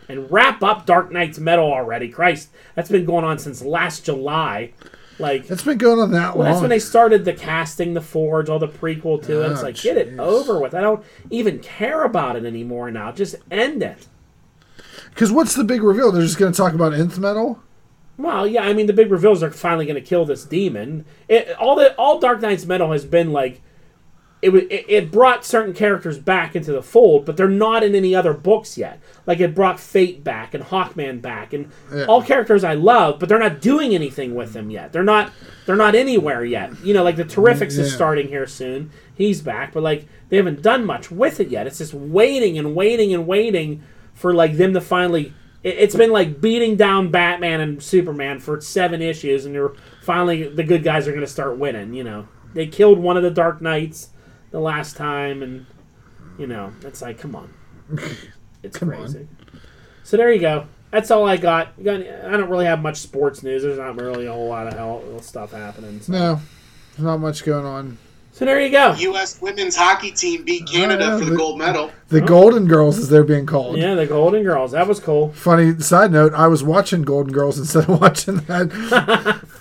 S2: And wrap up Dark Knight's Metal already. Christ, that's been going on since last July. Like,
S1: it's been going on that
S2: Well,
S1: long.
S2: that's when they started the casting, the forge, all the prequel to it. It's
S1: Oh,
S2: like, get it
S1: jeez.
S2: over with. I don't even care about it anymore now. Just end it.
S1: Because what's the big reveal? They're just going to talk about nth metal.
S2: Well, yeah, I mean the big reveals are finally going to kill this demon. It, all the all Dark Knight's metal has been like it, wa- it it brought certain characters back into the fold, but they're not in any other books yet. Like it brought Fate back and Hawkman back and all characters I love, but they're not doing anything with them yet. They're not they're not anywhere yet. You know, like the Terrifics is
S1: Yeah.
S2: starting here soon. He's back, but like they haven't done much with it yet. It's just waiting and waiting and waiting for like them to finally it, it's been like beating down Batman and Superman for seven issues, and they're finally the good guys are going to start winning. You know, they killed one of the Dark Knights the last time, and you know, it's like, come on, it's
S1: Come
S2: crazy. So there you go. That's all I got. You got any- I don't really have much sports news. There's not really a whole lot of hell, stuff happening. So.
S1: No, there's not much going on.
S2: so there you go.
S3: U.S. women's hockey team beat Canada
S2: Uh,
S1: yeah,
S3: for the
S1: but-
S3: gold medal.
S1: The Golden Girls, as they're being called.
S2: Oh. Yeah, the Golden Girls. That was cool.
S1: Funny side note: I was watching Golden Girls instead of watching that.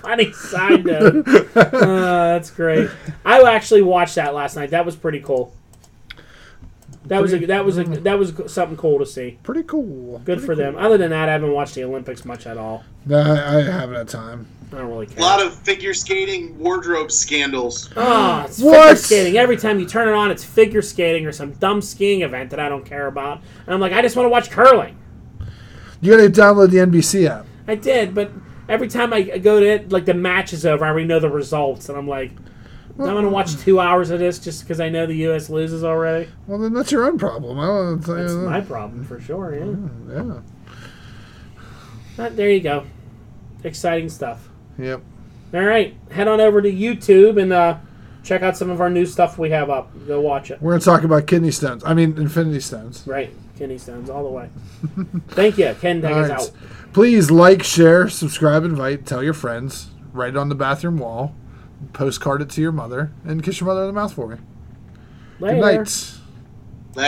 S2: Funny side note. uh, that's great. I actually watched that last night. That was pretty cool. That was a that was a that was something cool to see.
S1: Pretty cool.
S2: Good for them. Other than that, I haven't watched the Olympics much at all.
S1: No, I, I haven't had time.
S2: I don't really care.
S3: A lot of figure skating wardrobe scandals.
S2: Ah, it's figure
S1: What?
S2: skating. Every time you turn it on, it's figure skating or some dumb skiing event that I don't care about. And I'm like, I just want to watch curling.
S1: You gotta download the NBC app.
S2: I did, but every time I go to it, like the match is over, I already know the results, and I'm like, I'm gonna
S1: mm.
S2: watch two hours of this just because I know the U.S. loses already.
S1: Well, then that's your own problem. I don't. Tell
S2: That's
S1: you
S2: my problem for sure. Yeah.
S1: Mm. yeah.
S2: Ah, there you go. Exciting stuff.
S1: Yep.
S2: All right, head on over to YouTube and uh, check out some of our new stuff we have up. Go watch it.
S1: We're gonna talk about kidney stones. I mean, infinity stones.
S2: Right, kidney stones all the way. Thank you, Ken. Take
S1: All
S2: us
S1: right.
S2: out.
S1: Please like, share, subscribe, invite, tell your friends. Write it on the bathroom wall. Postcard it to your mother and kiss your mother in the mouth for me.
S2: Later.
S1: Good night.